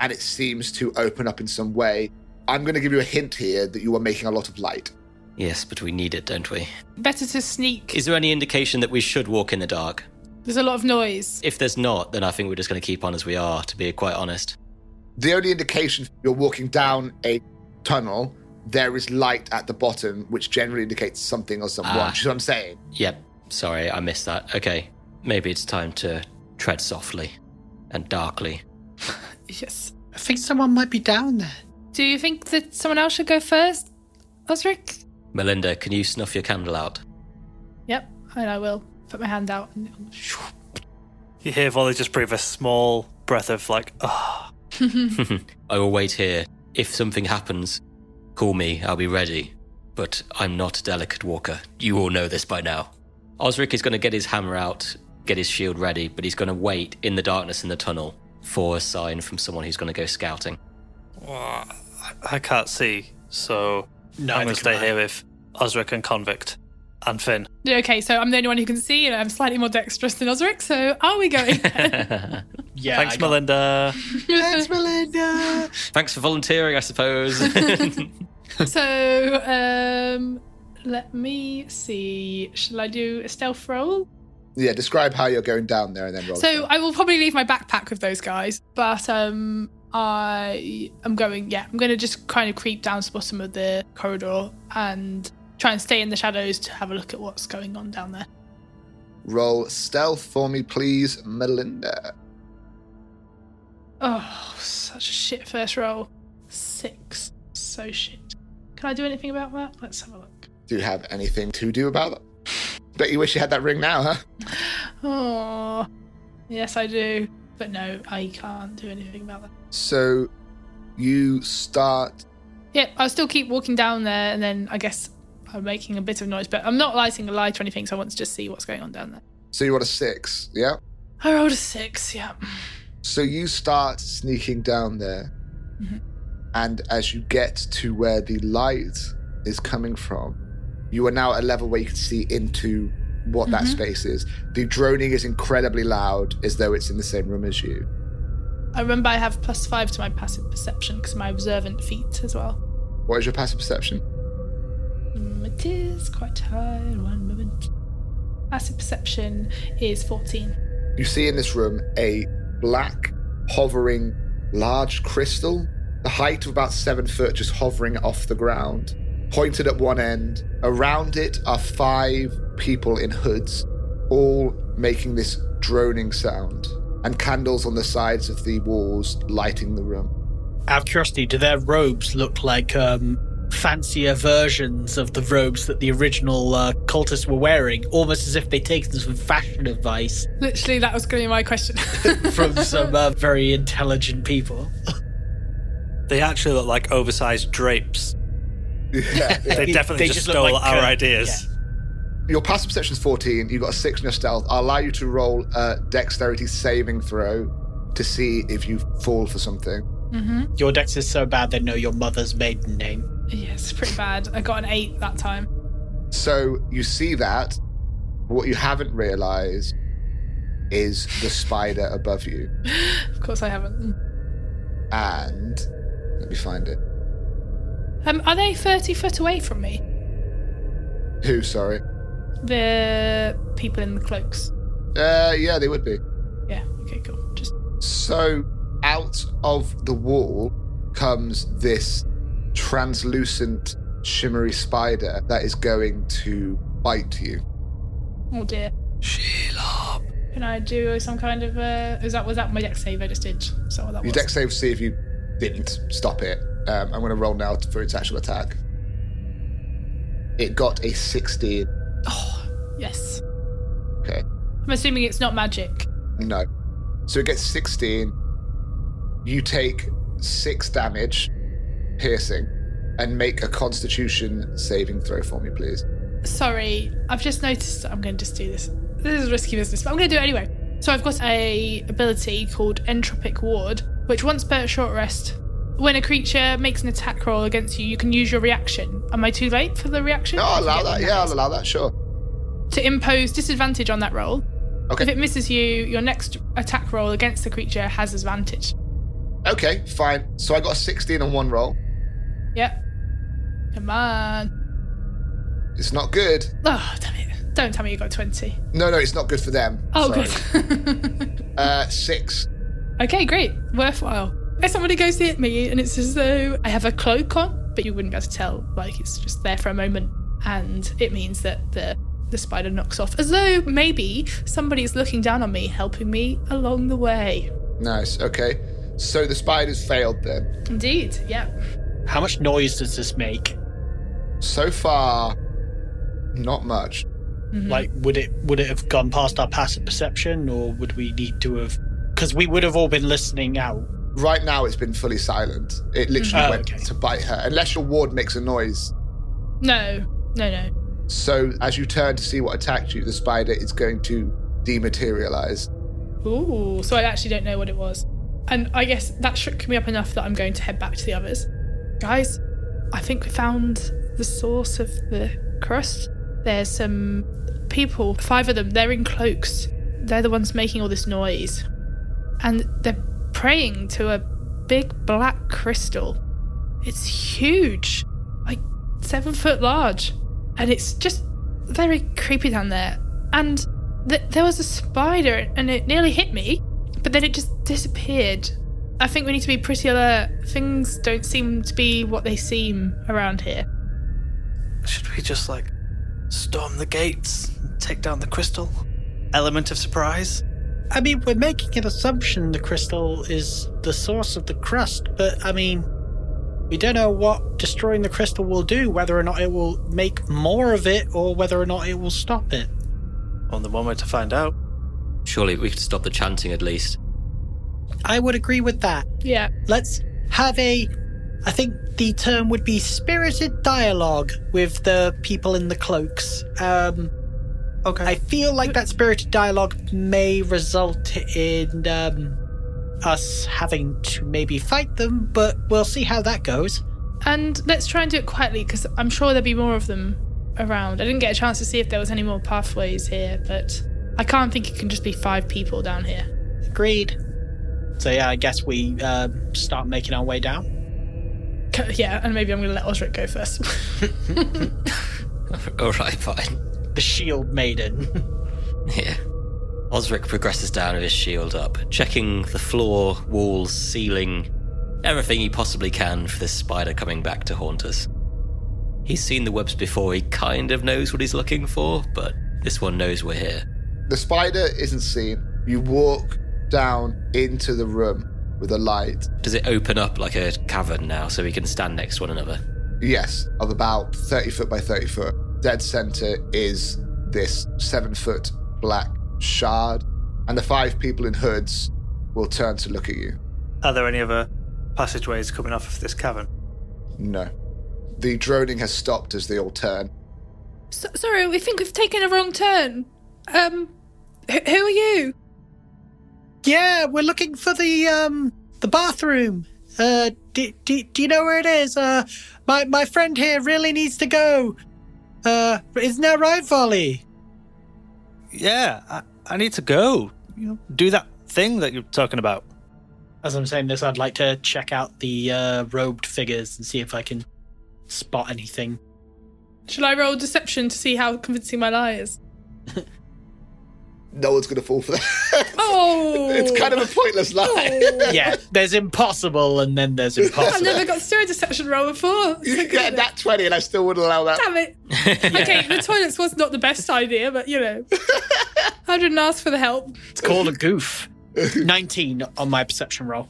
and it seems to open up in some way. I'm going to give you a hint here that you are making a lot of light.
Yes, but we need it, don't we?
Better to sneak.
Is there any indication that we should walk in the dark?
There's a lot of noise.
If there's not, then I think we're just going to keep on as we are, to be quite honest.
The only indication you're walking down a tunnel, there is light at the bottom, which generally indicates something or someone.
Ah.
Do you know what I'm saying?
Yep. Sorry, I missed that. Okay. Maybe it's time to tread softly and darkly.
Yes.
I think someone might be down there.
Do you think that someone else should go first, Osric?
Melinda, can you snuff your candle out?
Yep, and I will put my hand out. And...
You hear Volley just breathe a small breath of like, ah.
I will wait here. If something happens, call me. I'll be ready. But I'm not a delicate walker. You all know this by now. Osric is going to get his hammer out, get his shield ready, but he's going to wait in the darkness in the tunnel for a sign from someone who's going to go scouting.
"Wah, I, I can't see, so I'm
Neither
going to
can
stay
I.
here with Osric and Convict and Finn.
Okay, so I'm the only one who can see, and I'm slightly more dexterous than Osric. So are we going?
Yeah. I
Thanks,
got-
Melinda.
Thanks for volunteering, I suppose.
so um, let me see. Shall I do a stealth roll?
Yeah, describe how you're going down there and then roll.
So I will probably leave my backpack with those guys, but um, I am going. Yeah, I'm going to just kind of creep down to the bottom of the corridor and try and stay in the shadows to have a look at what's going on down there.
roll stealth for me, please, Melinda.
Oh, such a shit first roll. Six, so shit. Can I do anything about that? Let's have a look.
Do you have anything to do about that? Bet you wish you had that ring now, huh?
Oh, yes, I do. But no, I can't do anything about that.
So you start.
Yep, I'll still keep walking down there, and then I guess I'm making a bit of noise, but I'm not lighting a light or anything, so I want to just see what's going on down there.
So you want a six, yeah?
I rolled a six, yeah.
So you start sneaking down there,
Mhm.
and as you get to where the light is coming from, you are now at a level where you can see into what that
Mhm.
space is. The droning is incredibly loud, as though it's in the same room as you.
I remember I have plus five to my passive perception because my observant feat as well.
What is your passive perception?
Mm, it is quite high. One moment. Passive perception is 14.
You see in this room a black, hovering, large crystal, the height of about seven foot, just hovering off the ground, pointed at one end. Around it are five people in hoods, all making this droning sound, and candles on the sides of the walls lighting the room.
Out of curiosity, do their robes look like um, fancier versions of the robes that the original uh, cultists were wearing? Almost as if they'd taken some fashion advice
Literally, that was going to be my question.
from some uh, very intelligent people.
They actually look like oversized drapes.
Yeah, yeah.
They
They-
definitely
they just
just,
look
stole
like
our
cur-
ideas.
Your passive perception is 14, you got a 6 in your stealth. I'll allow you to roll a dexterity saving throw to see if you fall for something.
hmm
Your dex is so bad they know your mother's maiden name.
Yes, pretty bad. I got an eight that time.
So you see that. What you haven't realized is the spider above you.
Of course, I haven't.
And let me find it.
Um, are they 30 foot away from me?
Who, sorry?
The people in the cloaks.
Uh, yeah, they would be.
Yeah, okay, cool. Just
So out of the wall comes this translucent, shimmery spider that is going to bite you.
Oh dear. Sheila. Can I do some kind of uh is that was that my dex save I just did? Is that what that
You
was?
dex save to see if you didn't stop it. Um, I'm going to roll now for its actual attack. It got a 16.
yes.
Okay.
I'm assuming it's not magic.
No. So it gets 16. You take six damage, piercing, and make a constitution saving throw for me, please.
Sorry, I've just noticed I'm gonna just do this. This is risky business, but I'm gonna do it anyway. So I've got a ability called Entropic Ward, which once per short rest, when a creature makes an attack roll against you, you can use your reaction. Am I too late for the reaction?
No, I'll allow
Forget
that.
when
Yeah, I'll
is.
allow that. Sure.
to impose disadvantage on that roll.
Okay.
If it misses you, your next attack roll against the creature has advantage.
Okay, fine. So I got a 16 on one roll.
Yep. Come on.
It's not good.
Oh, damn it. Don't tell me you got 20.
No, no, it's not good for them.
Oh,
Sorry.
good.
Uh, six.
okay, great. Worthwhile. If somebody goes to hit me and it's as though I have a cloak on, but you wouldn't be able to tell, like it's just there for a moment, and it means that the the spider knocks off, as though maybe somebody's looking down on me, helping me along the way.
Nice. Okay. So the spiders failed then.
Indeed, yeah.
How much noise does this make?
So far, not much.
Mm-hmm. Hmm.
Like, would it would it have gone past our passive perception, or would we need to have? Because we would have all been listening out.
Right now, it's been fully silent. It literally
Oh,
went
okay.
to bite her. Unless your ward makes a noise,
No, no, no.
So as you turn to see what attacked you, the spider is going to dematerialize.
Ooh, so I actually don't know what it was. And I guess that shook me up enough that I'm going to head back to the others. Guys, I think we found the source of the crust. There's some people, five of them, they're in cloaks. They're the ones making all this noise. and they're praying to a big black crystal. It's huge, like seven foot large, and it's just very creepy down there. And th- there was a spider, and it nearly hit me, but then it just disappeared. I think we need to be pretty alert. Things don't seem to be what they seem around here.
Should we just like storm the gates and take down the crystal? Element of surprise?
I mean, we're making an assumption the crystal is the source of the crust, but I mean, we don't know what destroying the crystal will do, whether or not it will make more of it or whether or not it will stop it.
On the one way to find out.
Surely we could stop the chanting at least.
I would agree with that.
Yeah,
Let's have a, I think the term would be spirited dialogue with the people in the cloaks. Um,
Okay.
I feel like that spirited dialogue may result in um, us having to maybe fight them, but we'll see how that goes.
And let's try and do it quietly because I'm sure there'll be more of them around. I didn't get a chance to see if there was any more pathways here, but I can't think it can just be five people down here.
Agreed. So yeah, I guess we um start making our way down.
Co- Yeah, and maybe I'm going to let Osric go first.
All right, fine.
The shield maiden.
Yeah. Osric progresses down with his shield up, checking the floor, walls, ceiling, everything he possibly can for this spider coming back to haunt us. He's seen the webs before, he kind of knows what he's looking for, but this one knows we're here.
The spider isn't seen. You walk down into the room with a light.
Does it open up like a cavern now so we can stand next to one another?
Yes, of about 30 foot by 30 foot. Dead center is this seven foot black shard, and the five people in hoods will turn to look at you.
Are there any other passageways coming off of this cavern?
No. The droning has stopped as they all turn.
so, sorry, we think we've taken a wrong turn. Um, wh- who are you?
yeah, we're looking for the um the bathroom. Uh, do, do, do you know where it is? Uh, my my friend here really needs to go. Uh, isn't that right, Volley?
Yeah, I, I need to go. You know, do that thing that you're talking about.
As I'm saying this, I'd like to check out the uh, robed figures and see if I can spot anything.
Shall I roll deception to see how convincing my lie is?
No one's going to fall for that.
Oh,
it's kind of a pointless lie.
yeah, there's impossible, and then there's impossible.
I've never got through a deception roll before.
you could get that 20 and I still wouldn't allow that.
Damn it. Okay, the toilets was not the best idea, but you know. I didn't ask for the help.
It's called a goof. 19 on my perception roll.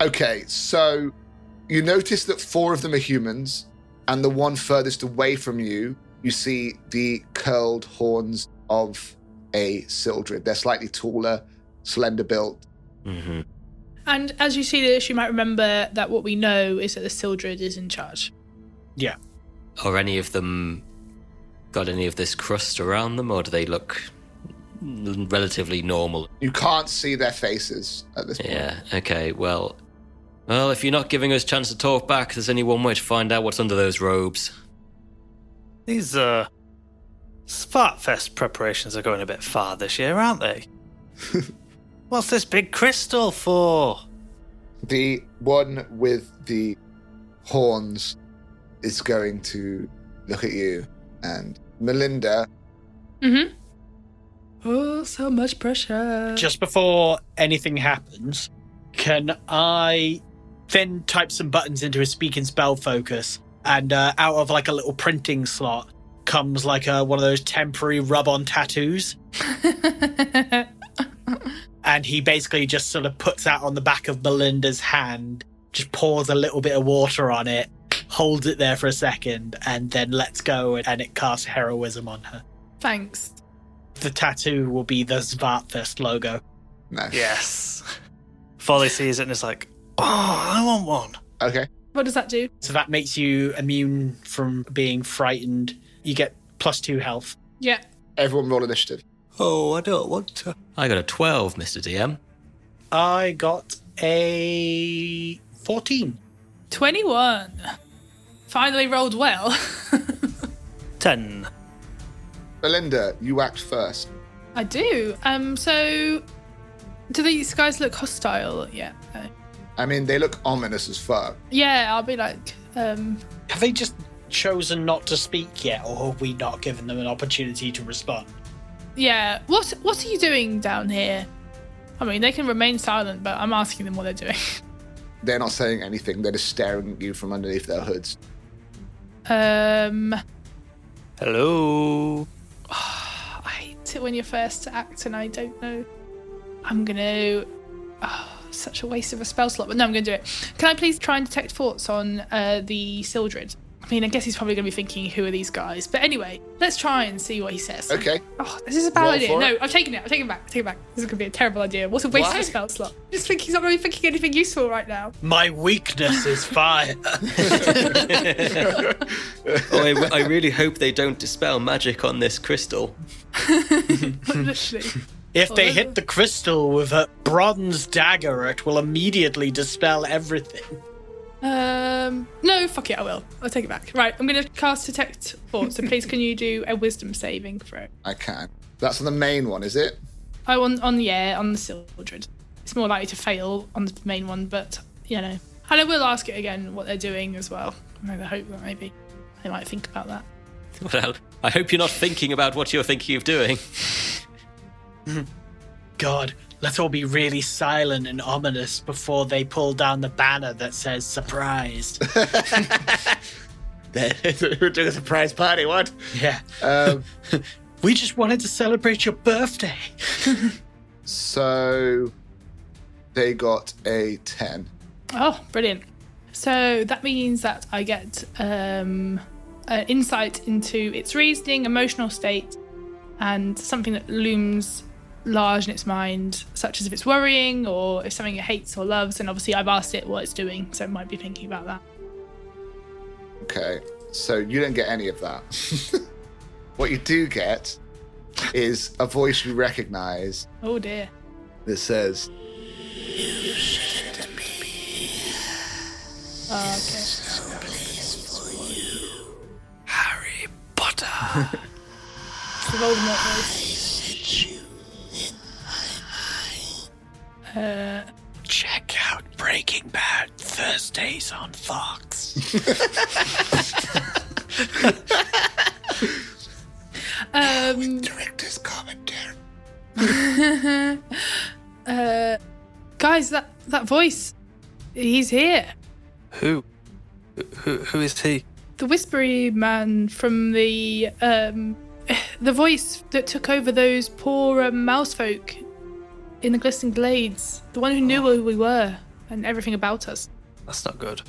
Okay, so you notice that four of them are humans, and the one furthest away from you, you see the curled horns of a Sildred. They're slightly taller, slender built.
Mm-hmm.
And as you see this, you might remember that what we know is that the Sildred is in charge.
Yeah.
Or any of them got any of this crust around them, or do they look relatively normal?
You can't see their faces at this point.
Yeah. Okay. Well, well, if you're not giving us chance to talk back, there's only one way to find out what's under those robes.
These uh Spartfest preparations are going a bit far this year, aren't they? What's this big crystal for?
The one with the horns is going to look at you, and Melinda,
Mm-hmm. Oh, so much pressure.
Just before anything happens, can I then type some buttons into a speak and spell focus? And uh, out of like a little printing slot comes like uh one of those temporary rub on tattoos. And he basically just sort of puts that on the back of Melinda's hand, just pours a little bit of water on it, holds it there for a second, and then lets go and it casts heroism on her.
Thanks.
The tattoo will be the Svartfest logo.
no.
Yes. Folly sees it and is like, oh, I want one.
Okay.
What does that do?
So that makes you immune from being frightened. You get plus two health.
Yeah.
Everyone roll initiative.
Oh, I don't want to.
I got a twelve, Mister DM.
I got a 14.
21. Finally rolled well.
Ten.
Melinda, you act first.
I do. Um, so Do these guys look hostile yet? though?
I mean, they look ominous as fuck.
Yeah, I'll be like, um,
Have they just chosen not to speak yet, or have we not given them an opportunity to respond?
yeah. What What are you doing down here? I mean, they can remain silent, but I'm asking them what they're doing.
They're not saying anything. They're just staring at you from underneath their hoods.
Um,
Hello.
I hate it when you're first to act and I don't know. I'm gonna. Oh, such a waste of a spell slot, but no, I'm gonna do it. Can I please try and detect thoughts on uh, the Sildred? I mean, I guess he's probably gonna be thinking, who are these guys? But anyway, let's try and see what he says.
Okay.
Oh, this is a bad
Roll
idea.
for
No,
it.
I've taken it. I've taken it back. Take it back. This is gonna be a terrible idea. What a waste of
Why?
a spell slot. I just think he's not gonna be thinking anything useful right now.
My weakness is fire.
Oh, I, I really hope they don't dispel magic on this crystal.
Hmm.
Literally.
if they hit the crystal with a bronze dagger, it will immediately dispel everything.
Um, no, fuck it, I will. I'll take it back. Right, I'm gonna cast detect thoughts. So please, can you do a wisdom saving throw?
I can. That's on the main one, is it?
I Oh, on on yeah on the Sildred. It's more likely to fail on the main one, but you know. And I will ask it again what they're doing as well. I hope that maybe they might think about that.
Well, I hope you're not thinking about what you're thinking of doing.
God, let's all be really silent and ominous before they pull down the banner that says surprised.
We're doing a surprise party. What?
yeah.
Um,
We just wanted to celebrate your birthday.
so they got a 10.
Oh, brilliant! So that means that I get um, uh, insight into its reasoning, emotional state, and something that looms large in its mind, such as if it's worrying or if something it hates or loves. And obviously, I've asked it what it's doing, so it might be thinking about that.
Okay. So you don't get any of that. what you do get is a voice you recognize
Oh dear.
that says,
Oh, okay.
Harry Potter.
The Voldemort voice. Uh,
Check out Breaking Bad Thursdays on Fox.
um,
Director's commentary.
uh, guys, that that voice, he's here.
Who? Who? Who is he?
The whispery man from the um, the voice that took over those poor um, mousefolk in the glistening glades. The one who knew who we were and everything about us.
That's not good.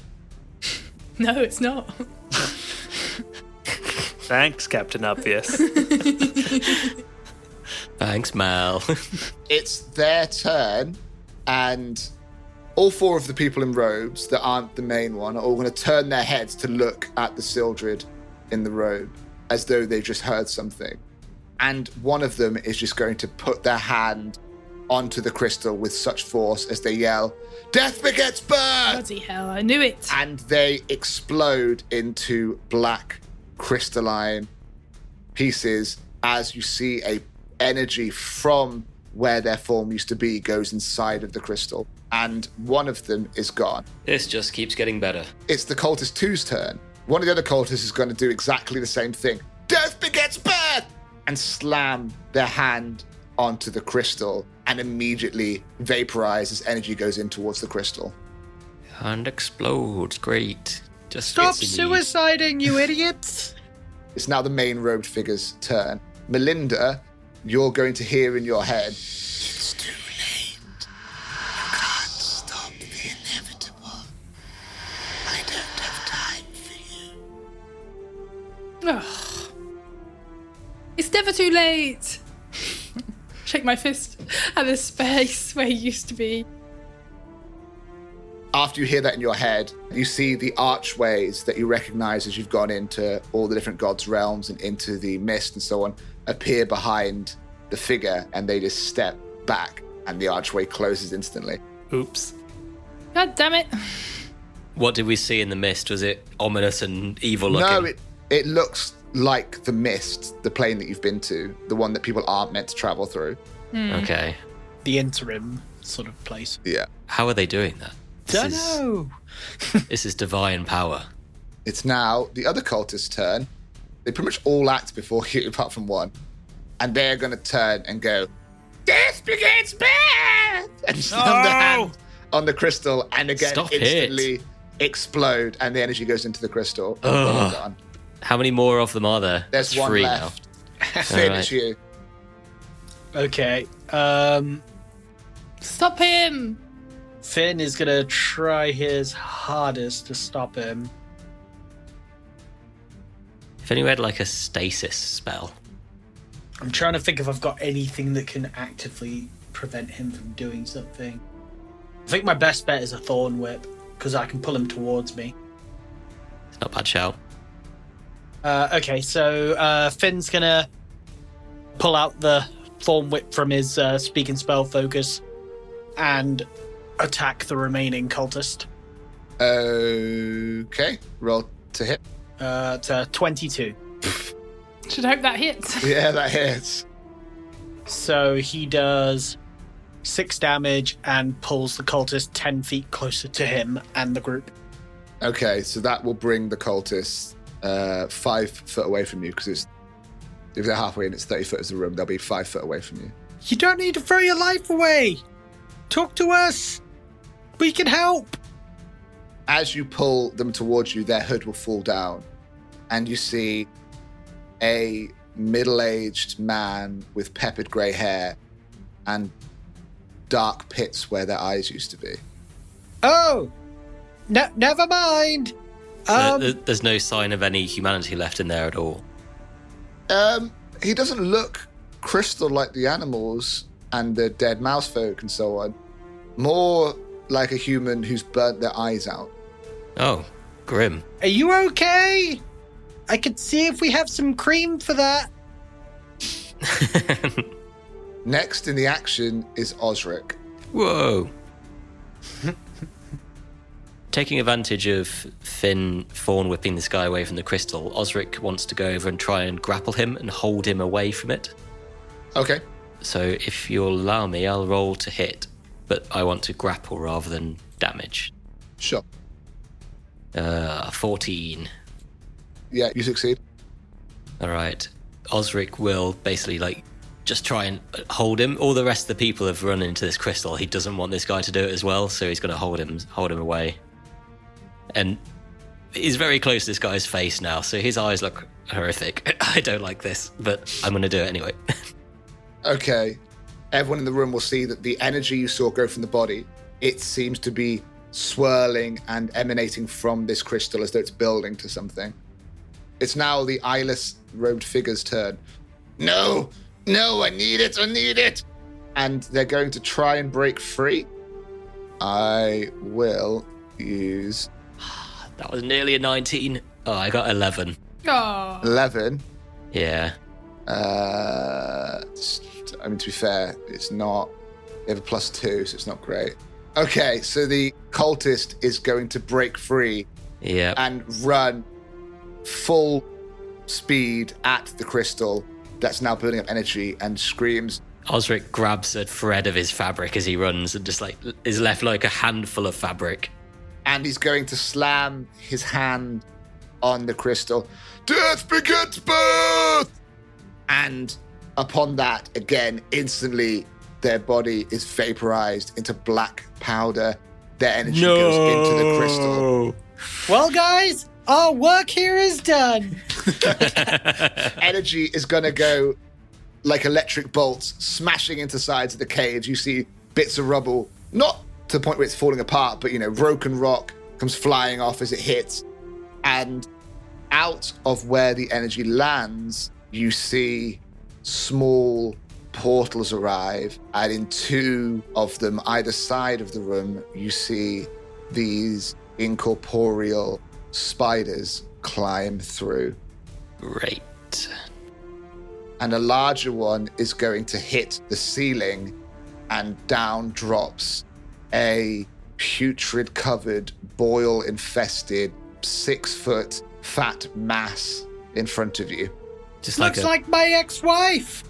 No, it's not.
Thanks, Captain Obvious.
Thanks, Mal.
It's their turn, and all four of the people in robes that aren't the main one are all going to turn their heads to look at the Sildred in the robe as though they just heard something. And one of them is just going to put their hand onto the crystal with such force as they yell, Death begets birth!
Bloody hell, I knew it.
and they explode into black crystalline pieces as you see a energy from where their form used to be goes inside of the crystal and one of them is gone
this just keeps getting better.
it's the cultist two's turn one of the other cultists is going to do exactly the same thing death begets birth and slam their hand onto the crystal and immediately vaporize as energy goes in towards the crystal
And explodes. Great. Just
Stop
gets in the-
suiciding, you idiots!
It's now the main robed figure's turn. Melinda, you're going to hear in your head.
Ugh. It's never too late. Shake my fist at the space where it used to be.
After you hear that in your head, you see the archways that you recognize as you've gone into all the different gods' realms and into the mist and so on appear behind the figure, and they just step back, and the archway closes instantly.
Oops.
God damn it.
What did we see in the mist? Was it ominous and evil looking?
No, it, it looks like the mist, the plane that you've been to, the one that people aren't meant to travel through.
Okay.
The interim sort of place.
Yeah.
How are they doing that?
Don't
This is,
know.
this is divine power.
It's now the other cultist's turn. They pretty much all act before you, apart from one. And they're going to turn and go
Death begins bad.
and slam their hand on the crystal and again
Stop it.
instantly explode and the energy goes into the crystal.
Ugh.
Done.
How many more of them are there?
There's
It's
one
three
left.
All
Finn,
right.
it's you.
Okay. Um,
Stop him!
Finn is gonna try his hardest to stop him.
If anyone had like a stasis spell,
I'm trying to think if I've got anything that can actively prevent him from doing something. I think my best bet is a thorn whip because I can pull him towards me.
it's not a bad shout.
Uh, okay, so uh, Finn's gonna pull out the thorn whip from his uh, speak and spell focus and attack the remaining cultist.
Okay. Roll to hit.
Uh, it's a 22.
Should hope that hits.
Yeah, that hits.
So he does six damage and pulls the cultist 10 feet closer to him and the group.
Okay, so that will bring the cultists uh, five foot away from you because it's if they're halfway and it's thirty foot is the room, they'll be five foot away from you.
You don't need to throw your life away! Talk to us! We can help!
As you pull them towards you, their hood will fall down, and you see a middle-aged man with peppered grey hair and dark pits where their eyes used to be.
Oh! Ne- never mind!
There-
Um,
there- there's no sign of any humanity left in there at all.
Um, he doesn't look crystal like the animals and the dead mouse folk and so on. More like a human who's burnt their eyes out.
Oh, grim.
Are you okay? I could see if we have some cream for that.
Next in the action is Osric.
Whoa. Taking advantage of Finn Fawn whipping this guy away from the crystal, Osric wants to go over and try and grapple him and hold him away from it.
Okay.
So if you'll allow me, I'll roll to hit, but I want to grapple rather than damage.
Sure.
Uh, 14.
Yeah, you succeed.
All right. Osric will basically like just try and hold him. All the rest of the people have run into this crystal. He doesn't want this guy to do it as well, so he's going to hold him, hold him away. And he's very close to this guy's face now, so his eyes look horrific. I don't like this, but I'm going to do it anyway.
Okay. Everyone in the room will see that the energy you saw go from the body, it seems to be swirling and emanating from this crystal as though it's building to something. It's now the eyeless robed figure's turn. No, no, I need it, I need it. And they're going to try and break free. I will use
that was nearly a 19. Oh, I got 11.
Oh,
11.
Yeah.
Uh, s- I mean, to be fair, it's not. They have a plus two, so it's not great. Okay, so the cultist is going to break free
Yeah.
and run full speed at the crystal that's now building up energy and screams.
Osric grabs a thread of his fabric as he runs and just like is left like a handful of fabric.
And he's going to slam his hand on the crystal. Death begets birth! And upon that, again, instantly, their body is vaporized into black powder. Their energy goes into the crystal.
Well, guys, our work here is done.
Energy is going to go like electric bolts, smashing into sides of the caves. You see bits of rubble, not to the point where it's falling apart, but you know, broken rock comes flying off as it hits. And out of where the energy lands, you see small portals arrive. And in two of them, either side of the room, you see these incorporeal spiders climb through.
Great.
And a larger one is going to hit the ceiling, and down drops a putrid covered, boil infested, six foot fat mass in front of you.
Just
Looks
a-
like my ex wife.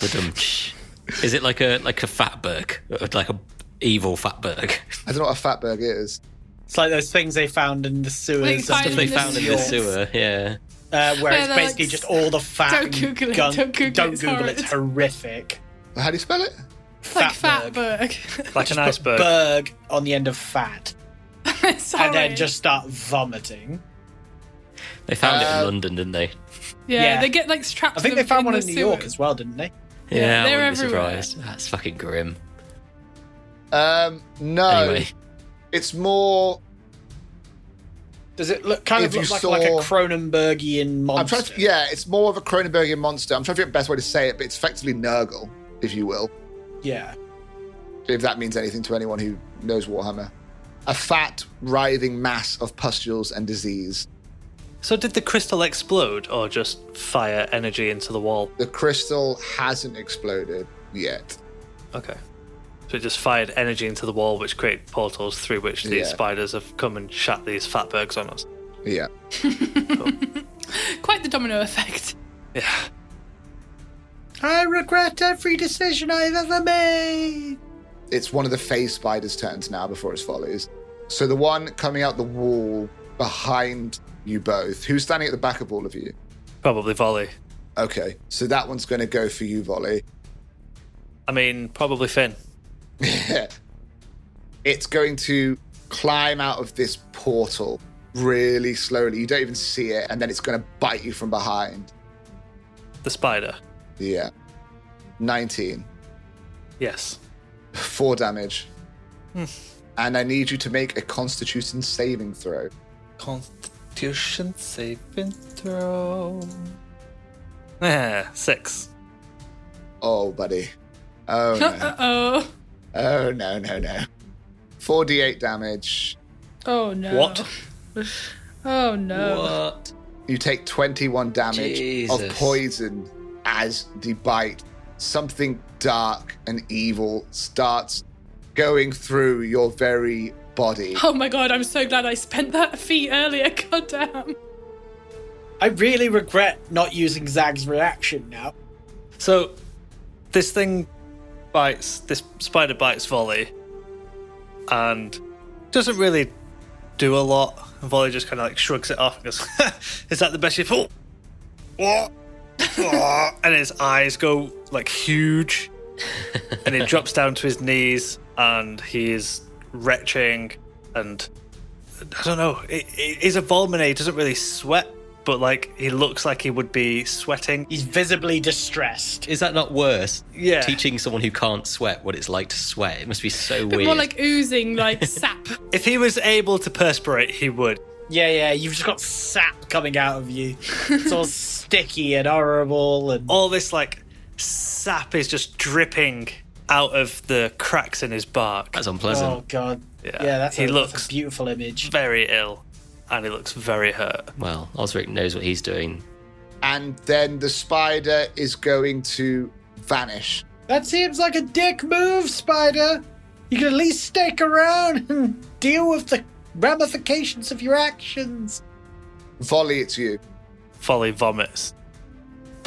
Ba-dum-tsh. Is it like a like a fatberg, like a evil fatberg?
I don't know what a fatberg is.
It's like those things they found in the
Like
sewers,
finding
They
In the
found in the
sewers.
sewer. Yeah.
uh, where
Yeah,
it's
they're
basically
like,
just all the fat.
"Don't
and
Google it,
gunk-
don't Google it,
don't
it's
Google it, it's
horrid."
horrific.
How do you spell it?
like
Fatberg.
fatberg.
Like an
Just put
iceberg.
Berg on the end of fat,
Sorry.
and then just start vomiting.
They found it
Uh,
in London, didn't they?
yeah,
yeah.
they get like strapped.
I think
to
they
them
found one
the
in New York
sewers.
as well, didn't they?
Yeah, I
they're
wouldn't be
everywhere.
surprised. That's fucking grim.
Um, no,
Anyway,
it's more.
Does it look kind
If
of look
you
like, like
saw-
a Cronenbergian
I'm
monster?
trying to, yeah, it's more of a Cronenbergian monster. I'm trying to figure out the best way to say it, but it's effectively Nurgle, if you will,
yeah.
if that means anything to anyone who knows Warhammer. A fat, writhing mass of pustules and disease.
So did the crystal explode or just fire energy into the wall?
The crystal hasn't exploded yet.
Okay. So it just fired energy into the wall, which create portals through which these
Yeah.
spiders have come and shot these fatbergs on us.
Yeah.
Quite the domino effect.
Yeah.
I regret every decision I've ever made.
it's one of the phase spiders' turns now before its follows. So the one coming out the wall behind you both, who's standing at the back of all of you?
Probably volley.
Okay, so that one's going to go for you, Volley.
I mean, probably Finn.
it's going to climb out of this portal really slowly. You don't even see it, and then it's going to bite you from behind.
The spider.
Yeah. 19.
Yes.
Four damage. And I need you to make a constitution saving throw.
Constitution saving throw. Yeah, six.
Oh, buddy. Oh, no.
Uh oh.
Oh no no no! Four d eight damage.
Oh no.
What?
Oh no.
what?
You take twenty one damage of
Jesus.
poison as the bite. Something dark and evil starts going through your very body.
Oh my god, I'm so glad I spent that fee earlier. God damn.
I really regret not using Zag's reaction now.
So, this thing bites, this spider bites Volley and doesn't really do a lot. And Volley just kind of like shrugs it off and goes, Is that the best you've. Oh, what? Oh," and his eyes go like huge. and he drops down to his knees and he is retching and I don't know. He- he- He's a Volmine, he doesn't really sweat, but like he looks like he would be sweating.
He's visibly distressed.
Is that not worse?
Yeah.
Teaching someone who can't sweat what it's like to sweat. It must be so
Bit
weird.
more like oozing, like sap.
If he was able to perspirate, he would.
Yeah, yeah, you've just got sap coming out of you. It's all sticky and horrible and
All this like sap is just dripping out of the cracks in his bark.
That's
Oh
unpleasant.
god.
Yeah.
Yeah, that's,
He
a, that's a
looks-
beautiful image.
very ill, and he looks very hurt.
Well, Osric knows what he's doing.
And then the spider is going to vanish.
That seems like a dick move, Spider. You can at least stick around and deal with the ramifications of your actions.
Volley, it's you.
Folly vomits.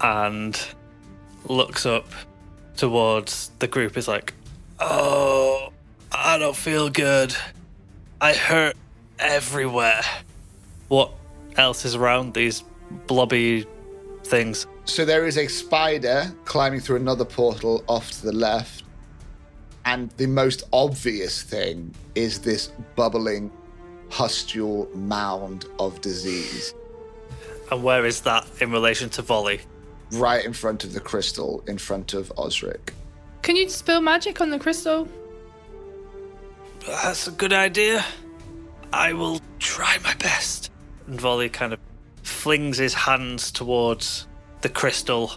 and looks up towards the group is like, Oh, I don't feel good. I hurt everywhere. What else is around these blobby things?
So there is a spider climbing through another portal off to the left. And the most obvious thing is this bubbling pustule mound of disease
And where is that in relation to volley?
right in front of the crystal, in front of Osric.
Can you spill magic on the crystal?
That's a good idea. I will try my best. And Volley kind of flings his hands towards the crystal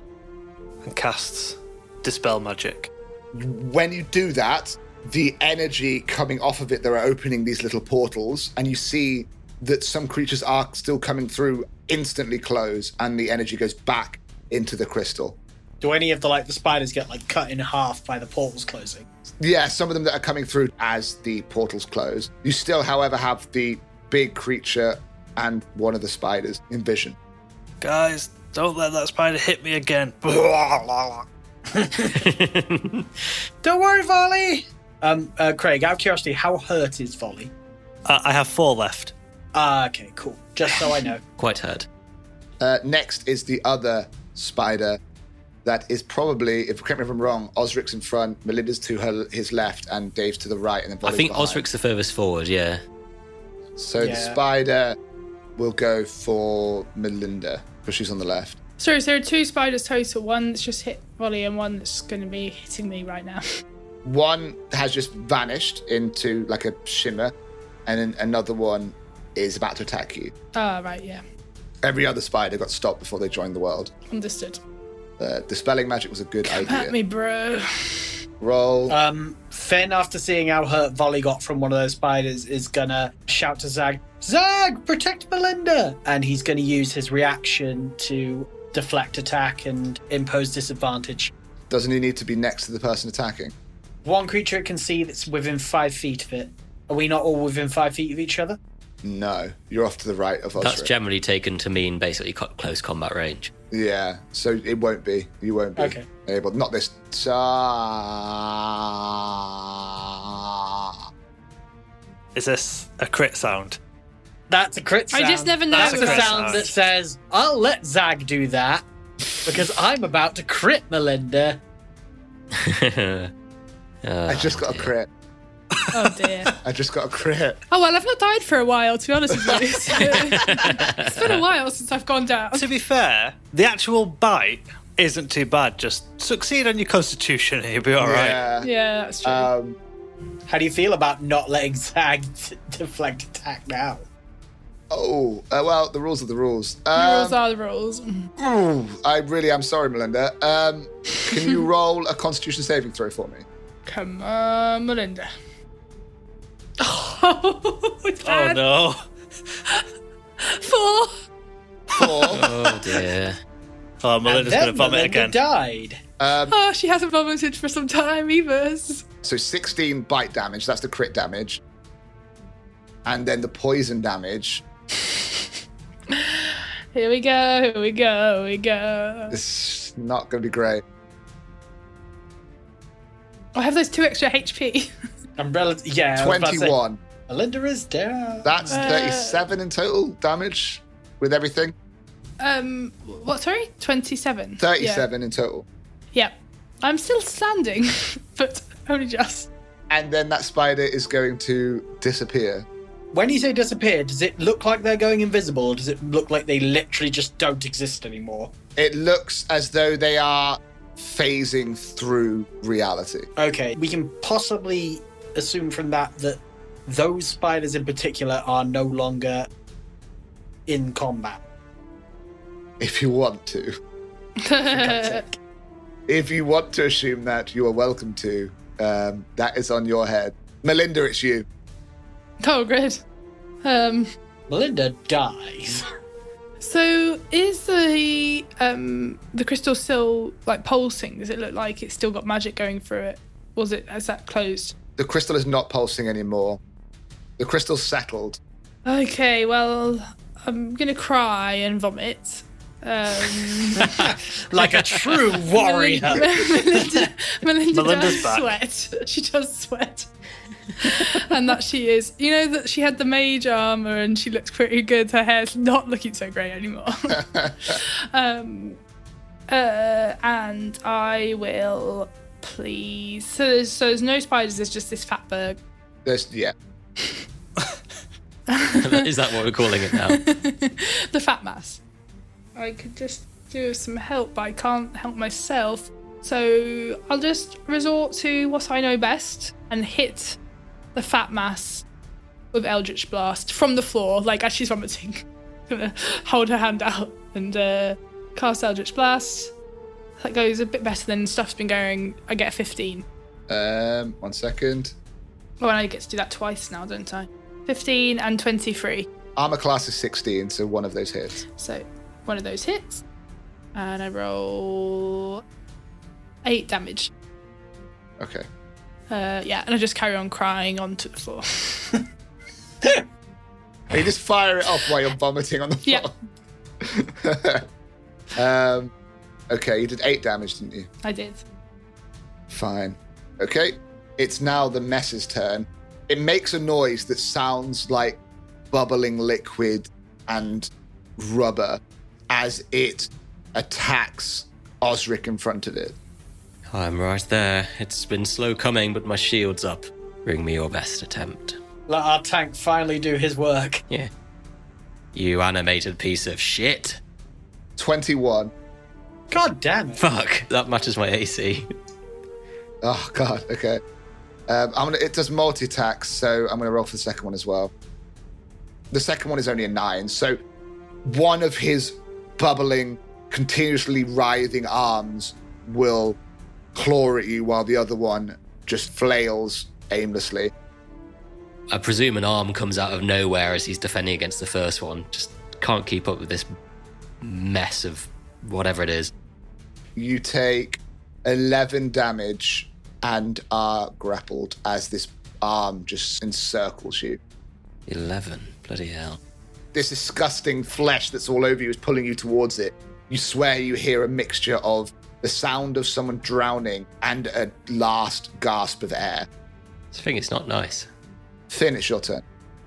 and casts Dispel Magic.
When you do that, the energy coming off of it, they're opening these little portals, and you see that some creatures are still coming through, instantly close, and the energy goes back into the crystal.
Do any of the like the spiders get like cut in half by the portals closing?
Yeah, some of them that are coming through as the portals close. You still, however, have the big creature and one of the spiders in vision.
Guys, don't let that spider hit me again.
Don't worry, Volley. Um, uh, Craig, out of curiosity, how hurt is Volley?
Uh, I have four left.
Ah, okay, cool. Just so I know.
Quite hurt.
Uh, next is the other spider that is probably, if correct me if I'm wrong, Osric's in front, Melinda's to her his left, and Dave's to the right, and then
I
Volley's
think
behind.
Osric's the furthest forward, yeah.
So the
Yeah.
spider will go for Melinda because she's on the left.
Sorry, so there are two spiders total. One that's just hit Volley and one that's going to be hitting me right now.
One has just vanished into like a shimmer, and then another one is about to attack you.
Ah, right, yeah.
Every other spider got stopped before they joined the world.
Understood.
Uh, dispelling magic was a good idea.
At me, bro.
Roll.
Uh,
Um, Finn, after seeing how hurt Volley got from one of those spiders, is gonna shout to Zag, Zag, protect Melinda! And he's gonna use his reaction to deflect attack and impose disadvantage.
Doesn't he need to be next to the person attacking?
One creature it can see that's within five feet of it. Are we not all within five feet of each other?
No, you're off to the right of
That's
Osric.
generally taken to mean basically co- close combat range.
yeah, so it won't be. You won't be
Okay.
able. Not this. Ah.
Is this a crit sound?
That's a crit sound.
I just never know.
That's
That's
a
a crit
sound
sound.
that says, I'll let Zag do that because I'm about to crit Melinda.
Uh,
I just got a crit.
Oh, dear.
I just got a crit.
Oh, well, I've not died for a while, to be honest with you. So- it's been a while since I've gone down.
To be fair, the actual bite isn't too bad. Just succeed on your constitution and you'll be all right.
Yeah.
Yeah, that's true.
Um,
How do you feel about not letting Zag t- deflect attack now?
oh, uh, well, the rules are the rules.
The
Um,
rules are the rules. Mm-hmm.
ooh, I really am sorry, Melinda. Um, can you roll a constitution saving throw for me?
Come on, Melinda. Oh, it's
Oh
bad.
no.
Four.
Four.
Uh,
oh dear.
Oh, Melinda's going to
Then
vomit
Melinda
again.
died.
um,
Oh, she hasn't vomited for some time either.
so 16 bite damage. That's the crit damage. And then the poison damage
Here we go, here we go, here we go.
is not going to be great.
Oh, I have those two extra HP.
Umbrella. Yeah. I was about to say,
21.
Melinda is down.
That's
Uh,
37 in total damage with everything.
Um, what, sorry? 27.
37 in total.
Yeah. yeah. I'm still standing, but only just.
And then that spider is going to disappear.
When you say disappear, does it look like they're going invisible or does it look like they literally just don't exist anymore?
It looks as though they are phasing through reality.
Okay. We can possibly assume from that that those spiders in particular are no longer in combat.
If you want to.
That's
If you want to assume that, you are welcome to. Um, that is on your head. Melinda, it's you.
Oh, great. Um,
Melinda dies.
so is the um the crystal still like pulsing? Does it look like it's still got magic going through it? Was it has that closed?
The crystal is not pulsing anymore. The crystal's settled.
Okay, well I'm gonna cry and vomit. Um,
like a true warrior.
Melinda, Melinda
Melinda's
does
back.
sweat. She does sweat. and that she is. You know that she had the mage armor and she looks pretty good. Her hair's not looking so great anymore. um, uh, and I will please. So there's, so there's no spiders. There's just this fat bird.
There's, yeah.
Is that what we're calling it now?
The fat mass. I could just do with some help, but I can't help myself. So I'll just resort to what I know best and hit the fat mass with Eldritch Blast from the floor, like as she's vomiting. Gonna hold her hand out and uh, cast Eldritch Blast. That goes a bit better than stuff's been going. I get a 15.
Um, one second.
Oh, and I get to do that twice now, don't I? 15 and 23.
Armor class is 16, so one of those hits.
So one of those hits, and I roll eight damage.
Okay.
Uh, yeah, and I just carry on crying onto the floor.
You just fire it off while you're vomiting on the floor.
Yeah.
um, okay, you did eight damage, didn't you?
I did.
Fine. Okay. It's now the mess's turn. It makes a noise that sounds like bubbling liquid and rubber as it attacks Osric in front of it.
I'm right there. It's been slow coming, but my shield's up. Bring me your best attempt.
Let our tank finally do his work.
Yeah. You animated piece of shit.
21.
God damn it.
Fuck. That matches my AC.
Oh, God. Okay. Um, I'm gonna, it does multi attacks, so I'm going to roll for the second one as well. The second one is only a nine, so one of his bubbling, continuously writhing arms will claw at you while the other one just flails aimlessly.
I presume an arm comes out of nowhere as he's defending against the first one. Just can't keep up with this mess of whatever it is.
you take 11 damage and are grappled as this arm just encircles you.
11. Bloody hell.
This disgusting flesh that's all over you is pulling you towards it. You swear you hear a mixture of the sound of someone drowning and a last gasp of air.
This thing is not nice.
Finn, it's your turn.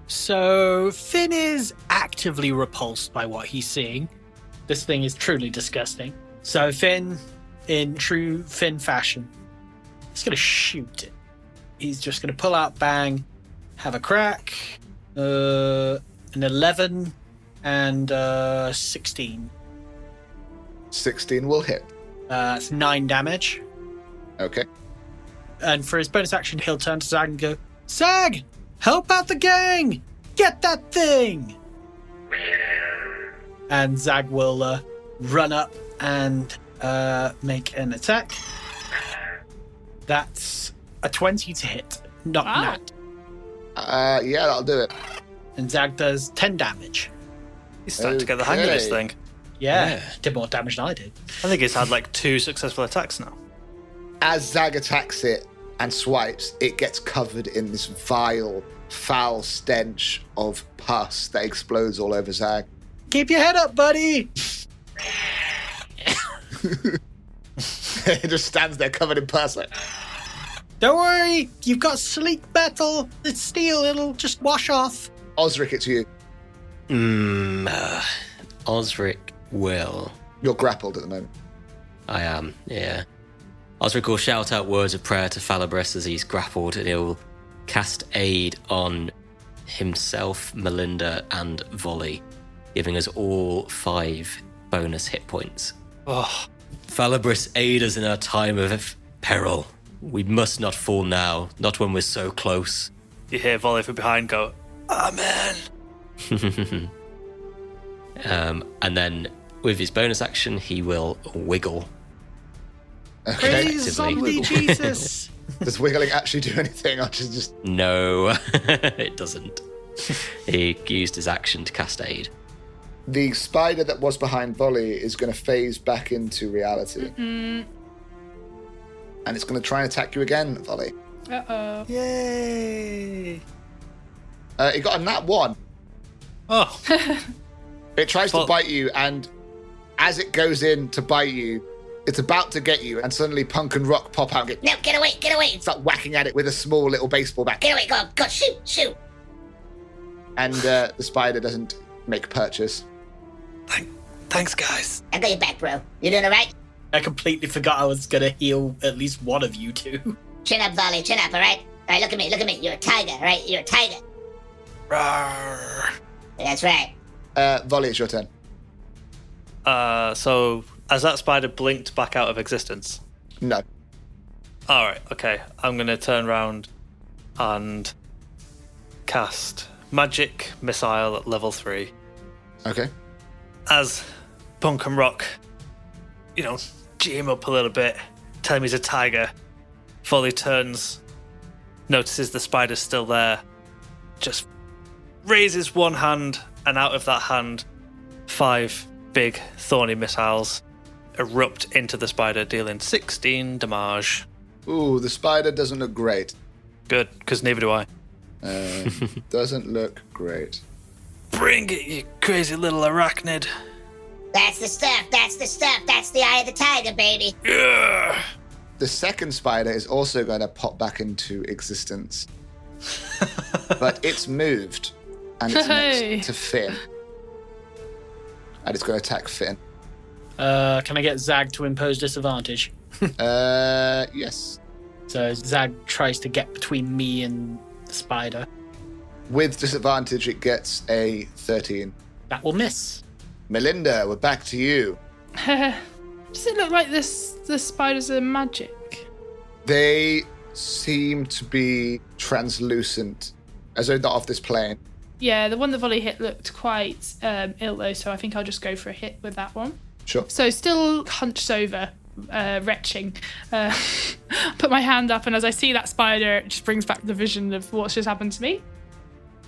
So Finn is actively repulsed by what he's seeing. This thing is truly disgusting. So Finn, in true Finn fashion, is going to shoot it. He's just going to pull out, bang, have a crack. Uh, an eleven and uh, sixteen.
16 will hit.
Uh, that's nine damage.
Okay.
And for his bonus action, he'll turn to Zag and go, "Zag, help out the gang! Get that thing!" And Zag will uh, run up and uh, make an attack. That's a twenty to hit, not
Wow.
nat.
Uh, yeah, that'll do it.
And Zag does ten damage.
He's starting to get the hang of this
Okay.
thing.
Yeah,
Yeah.
did more damage than I did.
I think he's had like two successful attacks now.
As Zag attacks it and swipes, it gets covered in this vile, foul stench of pus that explodes all over Zag.
Keep your head up, buddy.
it just stands there covered in pus. Like,
Don't worry, you've got sleek metal. It's steel; it'll just wash off.
Osric, it's you.
Mmm. Uh, Osric will.
You're grappled at the moment.
I am, yeah. Osric will shout out words of prayer to Falibris as he's grappled, and he'll cast aid on himself, Melinda, and Volley, giving us all five bonus hit points.
Oh,
Falibris, aid us in our time of peril. We must not fall now, not when we're so close.
you hear Volley from behind go, Amen.
Um, and then, with his bonus action, he will wiggle.
Okay.
Praise zombie
Effectively.
Jesus.
Does wiggling actually do anything? I should just.
No, it doesn't. he used his action to cast aid.
The spider that was behind Volley is going to phase back into reality. And it's going to try and attack you again, Volley.
Uh oh.
Yay!
Uh, it got a nat one.
Oh,
It tries to
Well-
bite you, and as it goes in to bite you, it's about to get you, and suddenly Punk and Rock pop out and get,
No, get away, get away,
start whacking at it with a small little baseball bat.
get away, go, on, go, shoot, shoot.
And uh, the spider doesn't make purchase.
thank, thanks, guys.
I got your back, bro. You doing all right?
I completely forgot I was gonna heal at least one of you two.
Chin up, Volley, chin up, all right? All right, look at me, look at me. You're a tiger, all right? You're a tiger.
Rawr.
That's right.
Uh, Volley, it's your turn.
Uh, so, as that spider blinked back out of existence,
No.
All right, okay. I'm going to turn around and cast magic missile at level 3
Okay.
as Punk and Rock, you know, G him up a little bit, tell him he's a tiger. Folly turns, notices the spider's still there, just raises one hand, and out of that hand, five big thorny missiles erupt into the spider, dealing 16 damage.
Ooh, the spider doesn't look great.
Good, because neither do I.
Um, doesn't look great.
Bring it, you crazy little arachnid.
That's the stuff. That's the stuff. That's the eye of the tiger, baby.
The second spider is also going to pop back into existence, but it's moved and it's
Hey.
next to Finn. And it's going to attack Finn.
Uh, can I get Zag to impose disadvantage?
Uh, yes.
So Zag tries to get between me and the spider.
With disadvantage, it gets a 13.
That will miss.
Melinda, we're back to you.
Does it look like this? The spiders are magic.
They seem to be translucent, as though not of this plane.
Yeah, the one that volley hit looked quite um, ill though, so I think I'll just go for a hit with that one.
Sure.
So still hunched over, uh, retching. Uh, put my hand up, and as I see that spider, it just brings back the vision of what's just happened to me.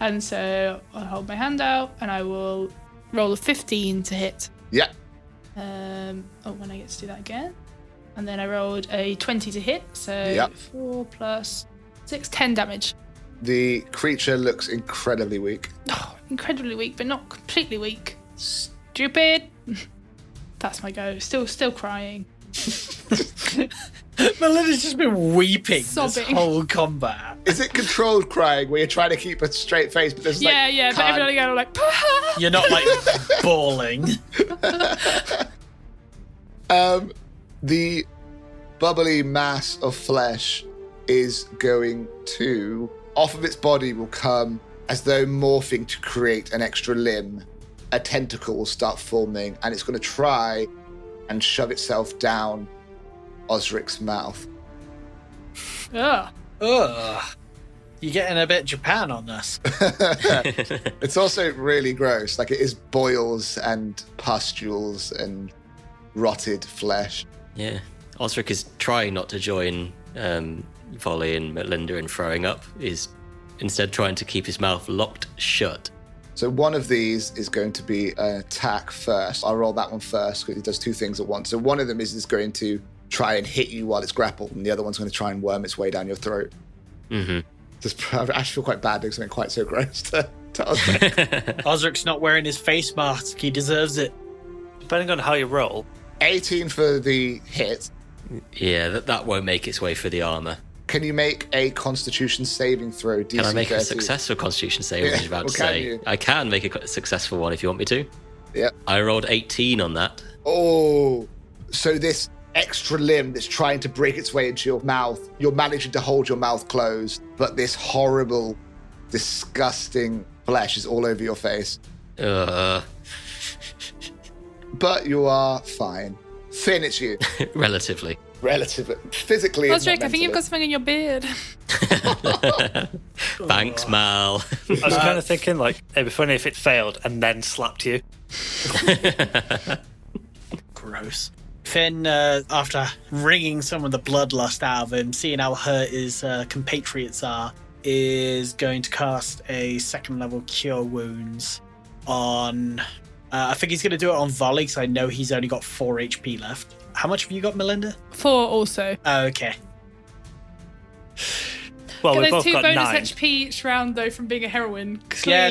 And so I'll hold my hand out, and I will roll a 15 to hit.
Yeah.
Um, oh, when I get to do that again. And then I rolled a 20 to hit, so
Yep.
4 plus 6, 10 damage.
The creature looks incredibly weak.
Oh, incredibly weak, but not completely weak. Stupid. That's my go. Still, still crying.
Melinda's just been weeping this
Sobbing.
whole combat.
Is it controlled crying where you're trying to keep a straight face, but there's
yeah,
like,
yeah. But
can't-
every now and again, I'm like.
You're not like bawling.
Um, the bubbly mass of flesh is going to off of its body will come as though morphing to create an extra limb. A tentacle will start forming, and it's going to try and shove itself down Osric's mouth.
Ugh.
Ugh. You're getting a bit Japan on us.
It's also really gross. Like it is boils and pustules and rotted flesh.
Yeah. Osric is trying not to join um, Volley and Melinda in throwing up. Is instead trying to keep his mouth locked shut.
So one of these is going to be an attack first. I'll roll that one first because it does two things at once. So one of them is it's going to try and hit you while it's grappled, and the other one's going to try and worm its way down your throat.
Mhm.
Just, I actually feel quite bad doing something quite so gross to, to us.
Ozric's not wearing his face mask. He deserves it.
Depending on how you roll,
18 for the hit.
Yeah, that, that won't make its way through the armor.
Can you make a Constitution saving throw? DC
Can I make
30?
a successful Constitution save?
Yeah,
I was about
well,
to
can
say
you?
I can make a co- successful one if you want me to.
Yep.
I rolled 18 on that.
Oh, so this extra limb that's trying to break its way into your mouth, you're managing to hold your mouth closed, but this horrible, disgusting flesh is all over your face.
Uh,
But you are fine. Finn, it's you.
relatively.
Relatively. Physically, it's
Osric,
not
I think you've got
mentally.
something in your beard.
Thanks,
Oh.
Mal.
I was kind of thinking like it'd be funny if it failed and then slapped you.
Gross. Finn, uh, after wringing some of the bloodlust out of him, seeing how hurt his uh, compatriots are, is going to cast a second level Cure Wounds on. Uh, I think he's going to do it on Volley because I know he's only got 4 HP left. How much have you got, Melinda?
Four also.
Oh, okay.
Well,
Get
we
those
Oh, both
two
got
bonus
nine.
HP each round though from being a heroine.
yeah,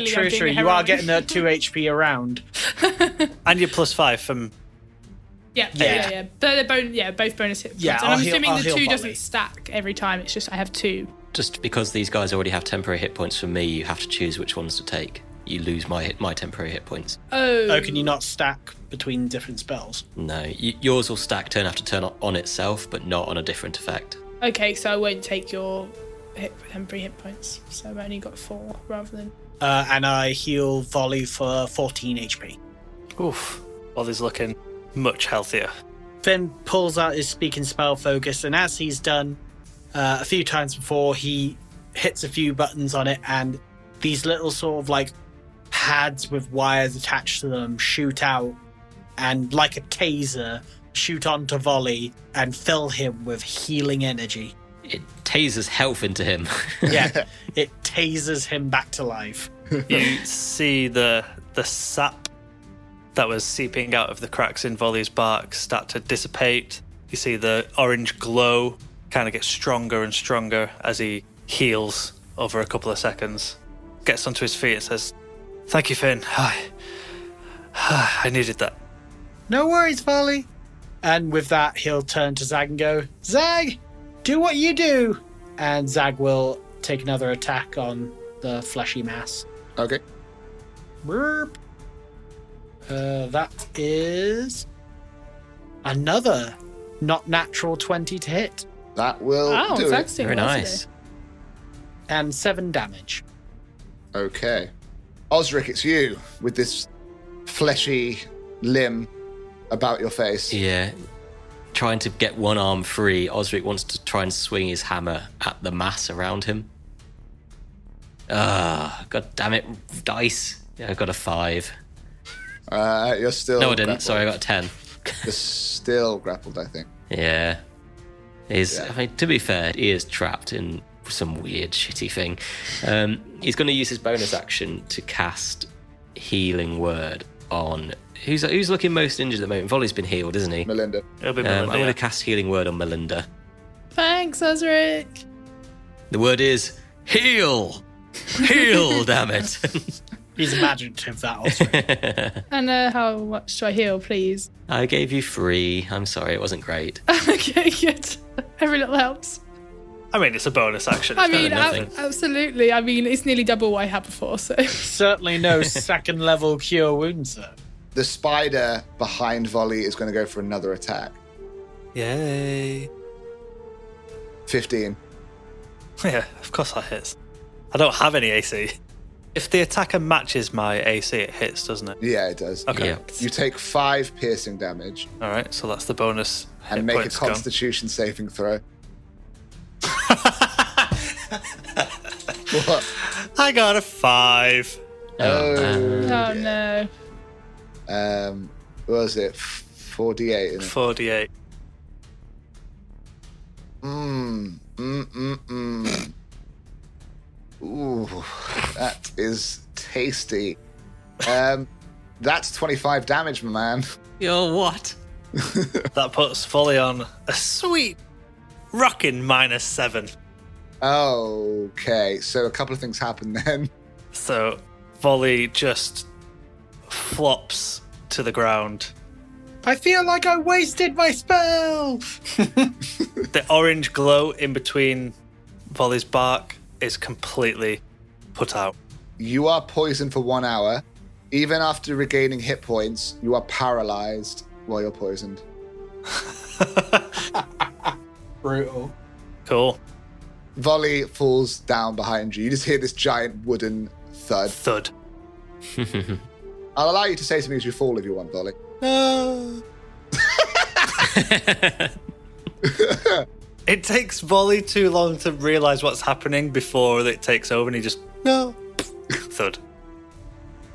Clearly I'm
true,
being
true.
a
You
heroine.
are getting the 2 HP around.
And you're plus five from.
Yeah, yeah,
Yeah.
yeah. yeah. But they're bon- yeah, both bonus hit.
Yeah,
points.
I'll
and I'm
heal-
assuming
I'll
the
heal
two
Volley.
doesn't stack every time. It's just I have two.
Just because these guys already have temporary hit points from me, you have to choose which ones to take. You lose my hit, my temporary hit points.
Oh,
Oh, can you not stack between different spells?
No, y- yours will stack turn after turn on itself, but not on a different effect.
okay. So I won't take your hit temporary hit points. So I've only got four rather than.
Uh, and I heal Volley for 14 HP.
Oof. Well, he's looking much healthier.
Finn pulls out his speaking spell focus, and as he's done uh, a few times before, he hits a few buttons on it, and these little sort of like pads with wires attached to them shoot out and, like a taser, shoot onto Volley and fill him with healing energy.
It tasers health into him.
Yeah, it tasers him back to life.
You see the the sap that was seeping out of the cracks in Volley's bark start to dissipate. You see the orange glow kind of get stronger and stronger as he heals over a couple of seconds. Gets onto his feet and says, "Thank you, Finn. I, I needed that."
No worries, Volley. And with that, he'll turn to Zag and go, Zag, do what you do. And Zag will take another attack on the fleshy mass.
Okay.
Burp. Uh, that is another not natural 20 to hit
That will
Oh,
do
Zag's doing
Very
well
nice.
today.
and seven damage.
it. Okay. Osric, it's you with this fleshy limb about your face.
Yeah. Trying to get one arm free, Osric wants to try and swing his hammer at the mass around him. Ah, god damn it, dice. Yeah, I got a five.
Uh, you're still.
No, I didn't.
grappled.
Sorry, I got a ten.
You're still grappled, I think.
Yeah. He's,
Yeah.
I mean, to be fair, he is trapped in some weird, shitty thing. Um, he's going to use his bonus action to cast Healing Word on. Who's, who's looking most injured at the moment? Volley's been healed, isn't he?
Melinda.
It'll be
Um, I'm
Melinda.
going
yeah.
to cast Healing Word on Melinda.
Thanks, Osric.
The word is heal. Heal, damn it.
He's imaginative, that Osric.
And uh, how much do I heal, please?
I gave you three. I'm sorry, it wasn't great.
okay, good. Every little helps.
I mean, it's a bonus action.
I
It's better
mean,
than
ab-
nothing.
absolutely. I mean, it's nearly double what I had before, so.
Certainly no second level cure wounds, though.
The spider behind Volley is going to go for another attack.
Yay.
15.
Yeah, of course that hits. I don't have any AC. If the attacker matches my AC, it hits, doesn't it?
Yeah, it does.
Okay.
Yeah.
You take five piercing damage
All right, so that's the bonus.
and
hit
make a
points gone.
constitution saving throw. What?
I got a five.
Oh,
Oh.
Oh, no.
Um, what was it? 48. Isn't it?
48.
Mm, mm, mm, mm. Ooh, that is tasty. Um, that's 25 damage, my man.
You're what?
That puts Folly on a sweet rocking minus seven.
Okay, so a couple of things happen then.
So Volley just flops to the ground.
I feel like I wasted my spell.
The orange glow in between Volley's bark is completely put out.
You are poisoned for one hour. Even after regaining hit points, you are paralyzed while you're poisoned.
Brutal.
Cool.
Volley falls down behind you. You just hear this giant wooden thud.
Thud.
I'll allow you to say something as you fall if you want, Volley.
It takes Volley too long to realize what's happening before it takes over and he just no thud.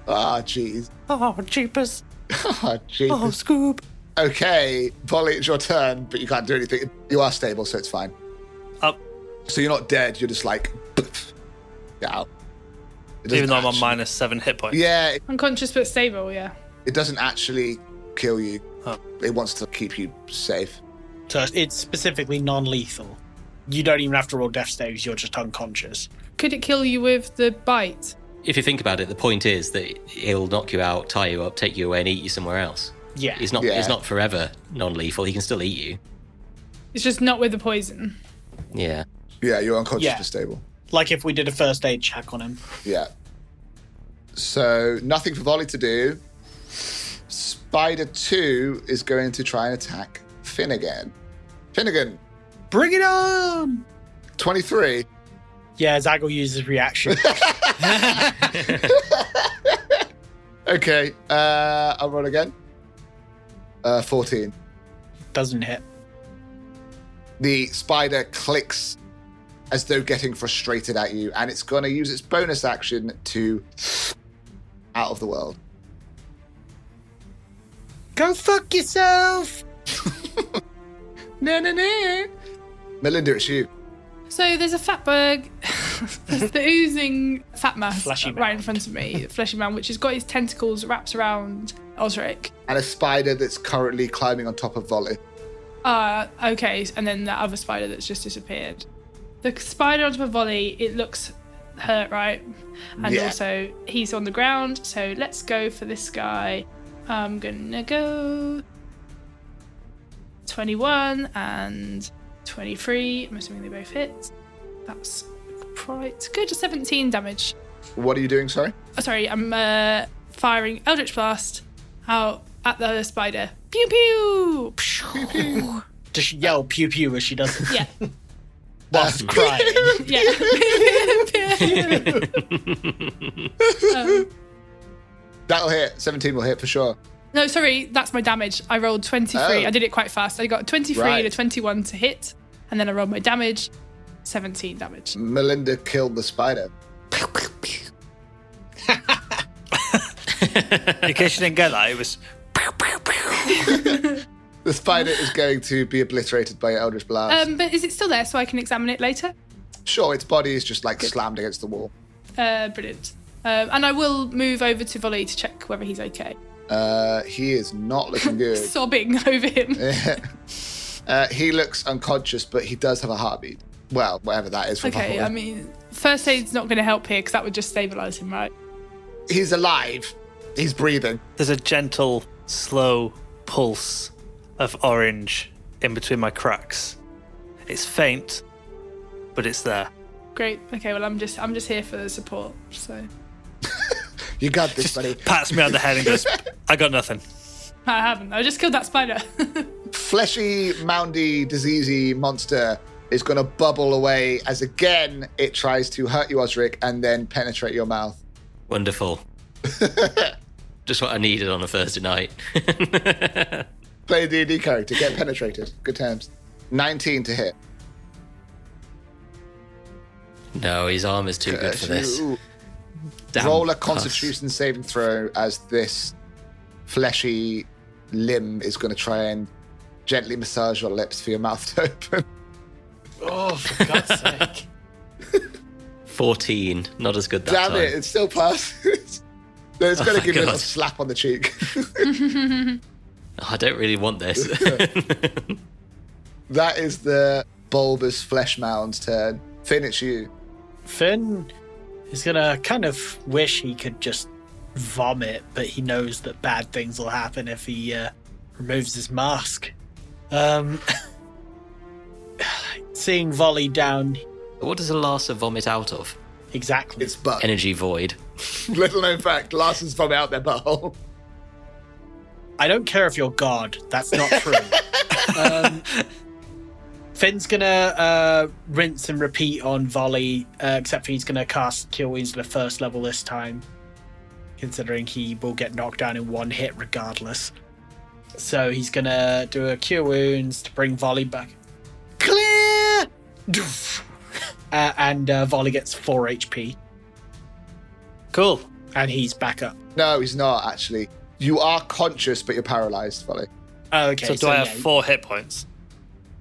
Ah, jeez.
Oh jeepers.
Ah, jeez.
Oh Scoob.
Okay, Polly, it's your turn, but you can't do anything. You are stable, so it's fine.
Up.
So you're not dead. You're just like, get out. It doesn't
Even though I'm on
actu-
minus seven hit points.
Yeah, it,
Unconscious but stable, yeah.
it doesn't actually kill you.
Oh.
It wants to keep you safe.
So it's specifically non lethal. You don't even have to roll death saves, you're just unconscious.
Could it kill you with the bite?
If you think about it, the point is that he'll knock you out, tie you up, take you away, and eat you somewhere else.
Yeah.
He's not.
Yeah.
He's not forever non-lethal. He can still eat you.
It's just not with the poison.
Yeah.
Yeah, you're unconscious
Yeah.
but stable.
Like if we did a first aid check on him.
Yeah. So nothing for Volley to do. Spider 2 is going to try and attack Finnegan. Finnegan,
Bring it on!
23.
Yeah, Zag will use his reaction.
Okay, uh, I'll roll again. Uh, 14.
Doesn't hit.
The spider clicks as though getting frustrated at you, and it's going to use its bonus action to out of the world.
Go fuck yourself!
No, no, no. Melinda, it's you.
So there's a fatberg, there's the oozing fat mass
Fleshy
right in
mound.
front of me, fleshy man, which has got his tentacles wrapped around Osric.
And a spider that's currently climbing on top of Volley.
Uh, okay, and then that other spider that's just disappeared. The spider on top of Volley, it looks hurt, right? And
Yeah.
also, he's on the ground, so let's go for this guy. I'm gonna go 21 and 23. I'm assuming they both hit. That's quite good. 17 damage.
What are you doing? Sorry.
Oh, sorry, I'm uh, firing Eldritch Blast out at the spider. Pew pew! Pew pew!
Just yell pew pew as she does it
Yeah,
Uh,
whilst crying.
yeah. um,
That'll hit. 17 will hit for sure.
no, sorry, that's my damage. I rolled 23.
Oh.
I did it quite fast. I got 23
Right.
to 21 to hit, and then I rolled my damage 17 damage.
Mm. Melinda killed the spider.
In case you didn't get that, it was
The spider is going to be obliterated by Eldritch Blast.
Um, but is it still there so I can examine it later?
sure, its body is just like slammed against the wall.
Uh, brilliant. Um, and I will move over to Volley to check whether he's okay.
Uh, he is not looking good.
Sobbing over him.
uh, he looks unconscious, but he does have a heartbeat. Well, whatever that is. For
okay,
Popeye.
I mean, first aid's not going to help here because that would just stabilize him, right?
he's alive. He's breathing.
there's a gentle, slow pulse of orange in between my cracks. It's faint, but it's there.
Great. Okay, well, I'm just I'm just here for the support. So
You got this, buddy.
Pats me on the head and goes, "I got nothing."
I haven't. I just killed that spider.
fleshy, moundy, diseasey monster is going to bubble away as again it tries to hurt you, Osric, and then penetrate your mouth.
Wonderful. Just what I needed on a Thursday night.
Play a D&D character, get penetrated. Good times. 19 to hit.
no, his armor's too good for this.
Ooh.
Damn
Roll a
cuss.
constitution saving throw as this fleshy limb is going to try and gently massage your lips for your mouth to open.
oh, for God's sake.
14. Not as good that
Damn
time. Oh
it, it still passes. No, it's going to
my
give you a little
God.
slap on the cheek.
Oh, I don't really want this.
That is the bulbous flesh mound's turn. Finn, it's you.
Finn is gonna kind of wish he could just vomit, but he knows that bad things will happen if he uh, removes his mask. Um, seeing volley down
what does a Larsa vomit out of?
exactly.
It's butt.
Energy void.
Little known fact, Larson's from out their butthole.
I don't care if you're God. That's not true. um, Finn's gonna uh, rinse and repeat on volley, uh, except for he's gonna cast Kill Wounds to the first level this time, considering he will get knocked down in one hit regardless. So he's gonna do a Cure Wounds to bring volley back. Clear. Doof. Uh, and uh, volley gets four HP,
Cool.
and he's back up.
No, he's not, actually. You are conscious, but you're paralyzed, Folly.
Oh, okay.
so do I have
yeah,
four hit points?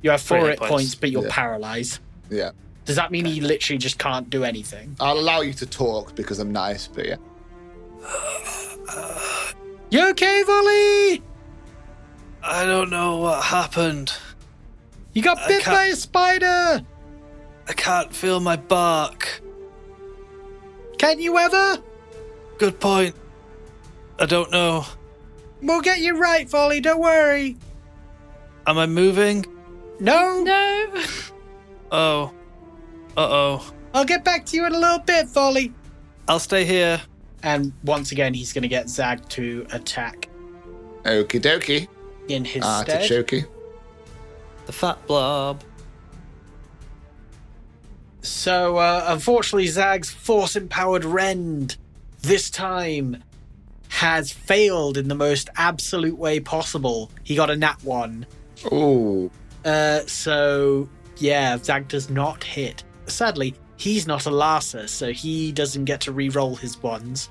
You have
three
four
hit
hit points.
points?
but you're
Yeah.
paralyzed.
Yeah.
Does that mean he literally just can't do anything?
I'll allow you to talk because I'm nice, but yeah.
You okay, Volley?
I don't know what happened.
You got bit
can't-
by a spider.
I can't feel my bark.
Can you ever?
Good point. I don't know.
We'll get you right, Volley. Don't worry.
Am I moving?
No,
no.
Oh. Uh oh.
I'll get back to you in a little bit, Volley.
I'll stay here.
And once again, he's going to get Zag to attack
Okie dokie.
in his
Ah,
stead.
Artichoke.
The fat blob.
So, uh, unfortunately, Zag's force empowered rend this time has failed in the most absolute way possible. He got a nat one.
Ooh.
Uh, so yeah, Zag does not hit. Sadly, he's not a Larsa, so he doesn't get to re-roll his ones.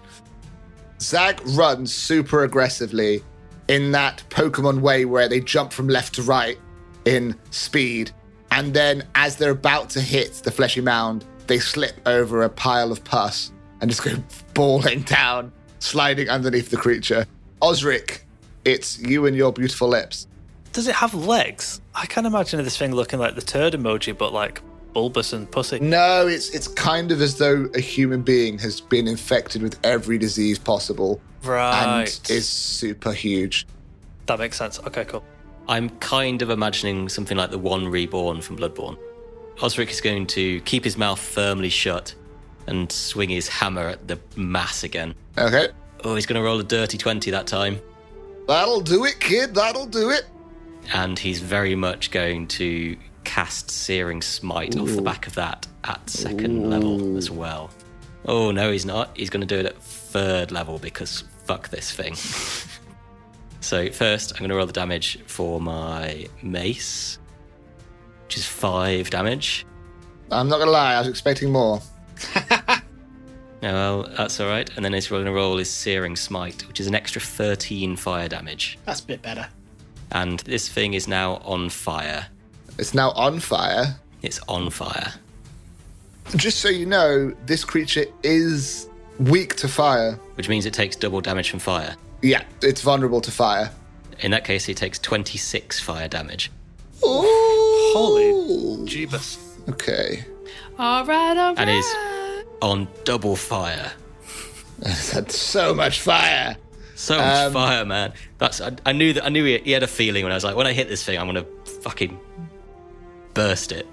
Zag runs super aggressively in that Pokemon way where they jump from left to right in speed. And then as they're about to hit the fleshy mound, they slip over a pile of pus and just go bawling down, sliding underneath the creature. Osric, it's you and your beautiful lips.
Does it have legs? I can't imagine this thing looking like the turd emoji, but like bulbous and pussy.
No, it's it's kind of as though a human being has been infected with every disease possible
Right.
and is super huge.
that makes sense. Okay, cool.
I'm kind of imagining something like the one reborn from Bloodborne. Osric is going to keep his mouth firmly shut and swing his hammer at the mass again.
Okay.
Oh, he's going to roll a dirty 20 that time.
That'll do it, kid. That'll do it.
And he's very much going to cast Searing Smite off the back of that at second level as well. Oh, no, he's not. He's going to do it at third level because fuck this thing. so, first, I'm going to roll the damage for my mace, which is five damage.
I'm not gonna lie, I was expecting more.
Oh, well, that's all right. And then he's going to roll his Searing Smite, which is an extra 13 fire damage.
That's a bit better.
And this thing is now on fire.
It's now on fire.
It's on fire.
Just so you know, this creature is weak to fire.
which means it takes double damage from fire.
Yeah, it's vulnerable to fire.
In that case, he takes 26 fire damage.
Holy Jeebus.
Okay.
All right, all right.
And he's on double fire.
That's so much fire.
So much
Um,
fire, man. That's I, I knew that I knew he, he had a feeling when I was like, when I hit this thing, I'm gonna fucking burst it.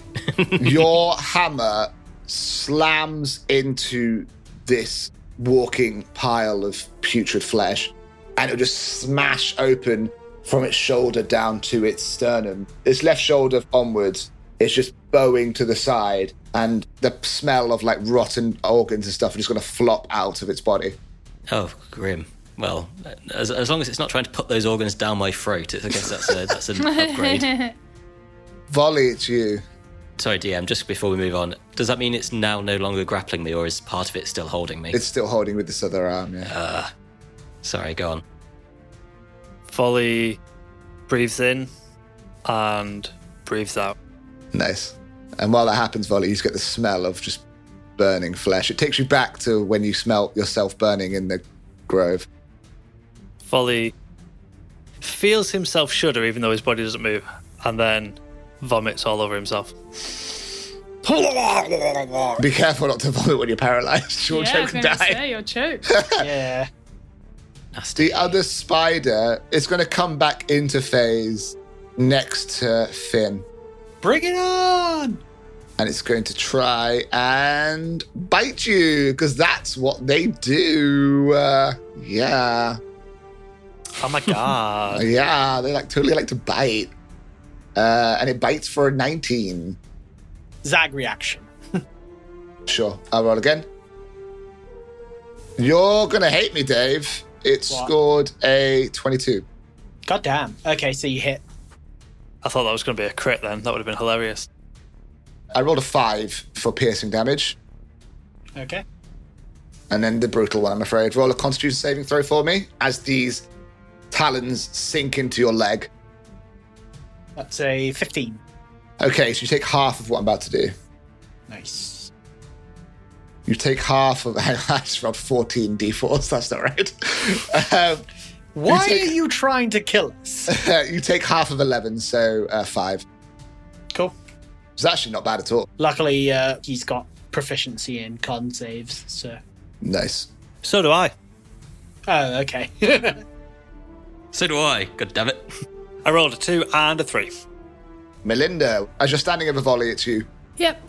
Your hammer slams into this walking pile of putrid flesh, and it'll just smash open from its shoulder down to its sternum. Its left shoulder onwards is just bowing to the side, and the smell of like rotten organs and stuff are just going to flop out of its body.
oh, grim. Well, as, as long as it's not trying to put those organs down my throat, I guess that's a, that's an upgrade.
Volley, it's you.
Sorry, DM. Just before we move on, does that mean it's now no longer grappling me, or is part of it still holding me?
It's still holding with this other arm, yeah.
Sorry, go on.
Folly breathes in and breathes out.
Nice. And while that happens, Volley, you just get the smell of just burning flesh. It takes you back to when you smelt yourself burning in the grove.
Folly feels himself shudder even though his body doesn't move and then vomits all over himself.
Be careful not to vomit when you're paralyzed. You'll
yeah, I was
choke and
going to
die.
say, you're choked.
yeah.
Nasty.
The other spider is going to come back into phase next to Finn,
Bring it on!
and it's going to try and bite you because that's what they do. Uh, yeah,
Oh my god.
yeah, they like totally like to bite, uh, and it bites for a 19.
Zag reaction.
Sure, I'll roll again. You're gonna hate me, Dave. It
What?
scored a 22.
God damn. Okay, so you hit.
I thought that was going to be a crit then. That would have been hilarious.
I rolled a five for piercing damage,
Okay.
and then the brutal one, I'm afraid. Roll a constitution saving throw for me as these talons sink into your leg.
That's a 15.
Okay, so you take half of what I'm about to do.
Nice.
You take half of. I just rolled 14 d4s, that's not right. um,
Why
take-
are you trying to kill us?
you take half of 11, so uh, five.
cool.
It's actually not bad at all.
Luckily, uh, he's got proficiency in con saves, so.
Nice.
So do I.
Oh, okay.
So do I. God damn it.
I rolled a two and a three.
Melinda, as you're standing over volley, it's you.
Yep.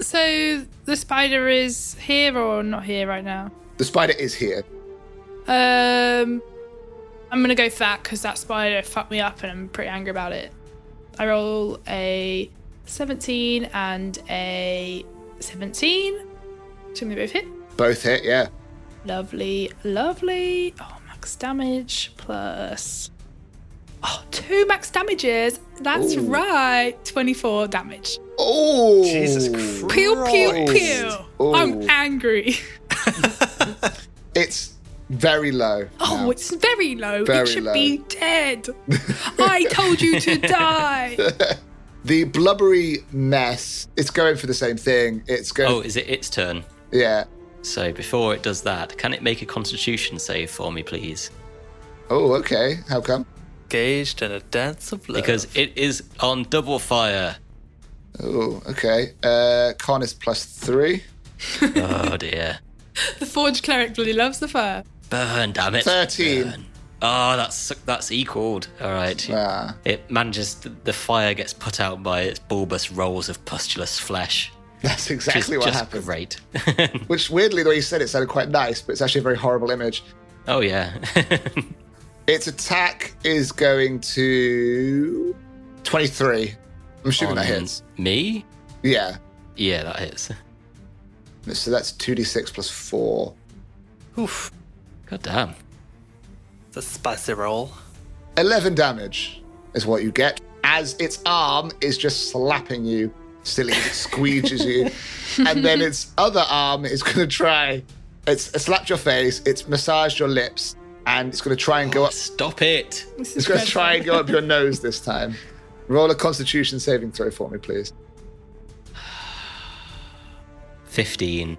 So the spider is here or not here right now?
The spider is here.
Um, I'm gonna go for that because that spider fucked me up, and I'm pretty angry about it. I roll a 17 and a 17. Assuming they both hit.
Both hit, yeah.
Lovely, lovely. Oh, max damage plus. Oh, two max damages. That's right. 24 damage.
Oh,
Jesus Christ.
Pew, pew, pew.
Christ.
I'm
Ooh.
angry.
It's very low.
Oh,
now.
it's very low.
Very
it should
low.
be dead. I told you to die.
the blubbery mess. It's going for the same thing. It's going.
Oh, is it its turn?
Yeah.
So before it does that, can it make a constitution save for me, please?
Oh, okay. How come?
Engaged in a dance of love.
Because it is on double fire.
Oh, okay. Uh, con is plus three.
Oh dear.
The Forge Cleric bloody loves the fire.
Burn, damn it.
13.
Burn. Oh, that's that's equaled. All right.
Ah.
It manages the fire gets put out by its bulbous rolls of pustulous flesh.
That's
Which
exactly
is
what
just
happened.
great.
Which, weirdly, the way you said it sounded quite nice, but it's actually a very horrible image.
oh yeah.
Its attack is going to 23. I'm assuming that
On
hits.
Me?
Yeah.
Yeah, that hits.
So that's 2d6 plus 4.
Oof.
God damn.
The spicy roll.
11 damage is what you get as its arm is just slapping you silly as it squeezes you and then its other arm is going to try it's it slapped your face it's massaged your lips and it's going to try and go up
Stop it.
Oh, This is
it's going to
dreadful.
try and go up your nose this time roll a constitution saving throw for me please
15.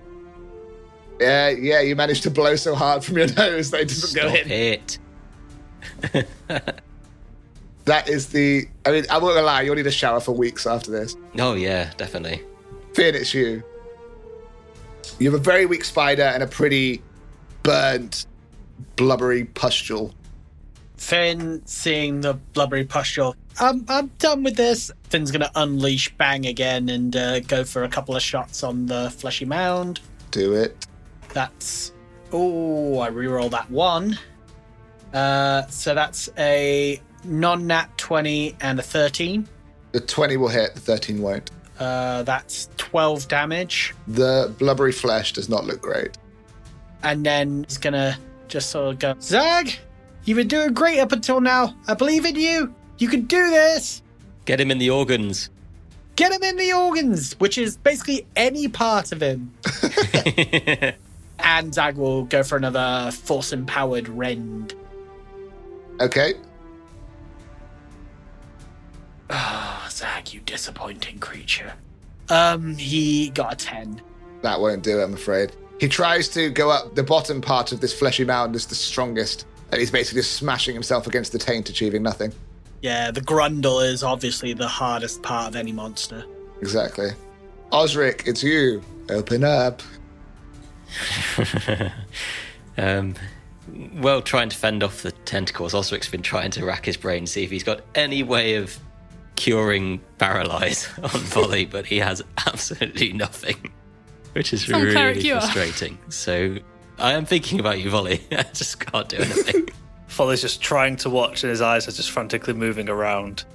yeah yeah you managed to blow so hard from your nose that it doesn't go
Stop
in
it.
that is the i mean i won't gonna lie you'll need a shower for weeks after this
Oh yeah, definitely.
Finn, it's you. You have a very weak spider and a pretty burnt, blubbery pustule.
Finn, seeing the blubbery pustule, I'm, I'm done with this. Finn's going to unleash Bang again and uh, go for a couple of shots on the fleshy mound.
Do it.
That's. Oh, I reroll that one. Uh, so that's a non nat 20 and a 13.
The 20 will hit, the 13 won't.
Uh, that's 12 damage.
The blubbery flesh does not look great.
And then he's going to just sort of go, Zag, you've been doing great up until now. I believe in you. You can do this.
Get him in the organs.
Get him in the organs, which is basically any part of him. And Zag will go for another force empowered rend.
Okay.
Oh, Zag, you disappointing creature. Um, he got a 10.
That won't do it, I'm afraid. He tries to go up the bottom part of this fleshy mound is the strongest, and he's basically just smashing himself against the taint, achieving nothing.
Yeah, the grundle is obviously the hardest part of any monster.
Exactly. Osric, it's you. Open up.
um, well, trying to fend off the tentacles, Osric's been trying to rack his brain, see if he's got any way of curing paralyze on volley, but he has absolutely nothing, which is
Some cleric
really
you are.
frustrating. So I am thinking about you, volley. I just can't do anything.
Folly's just trying to watch, and his eyes are just frantically moving around.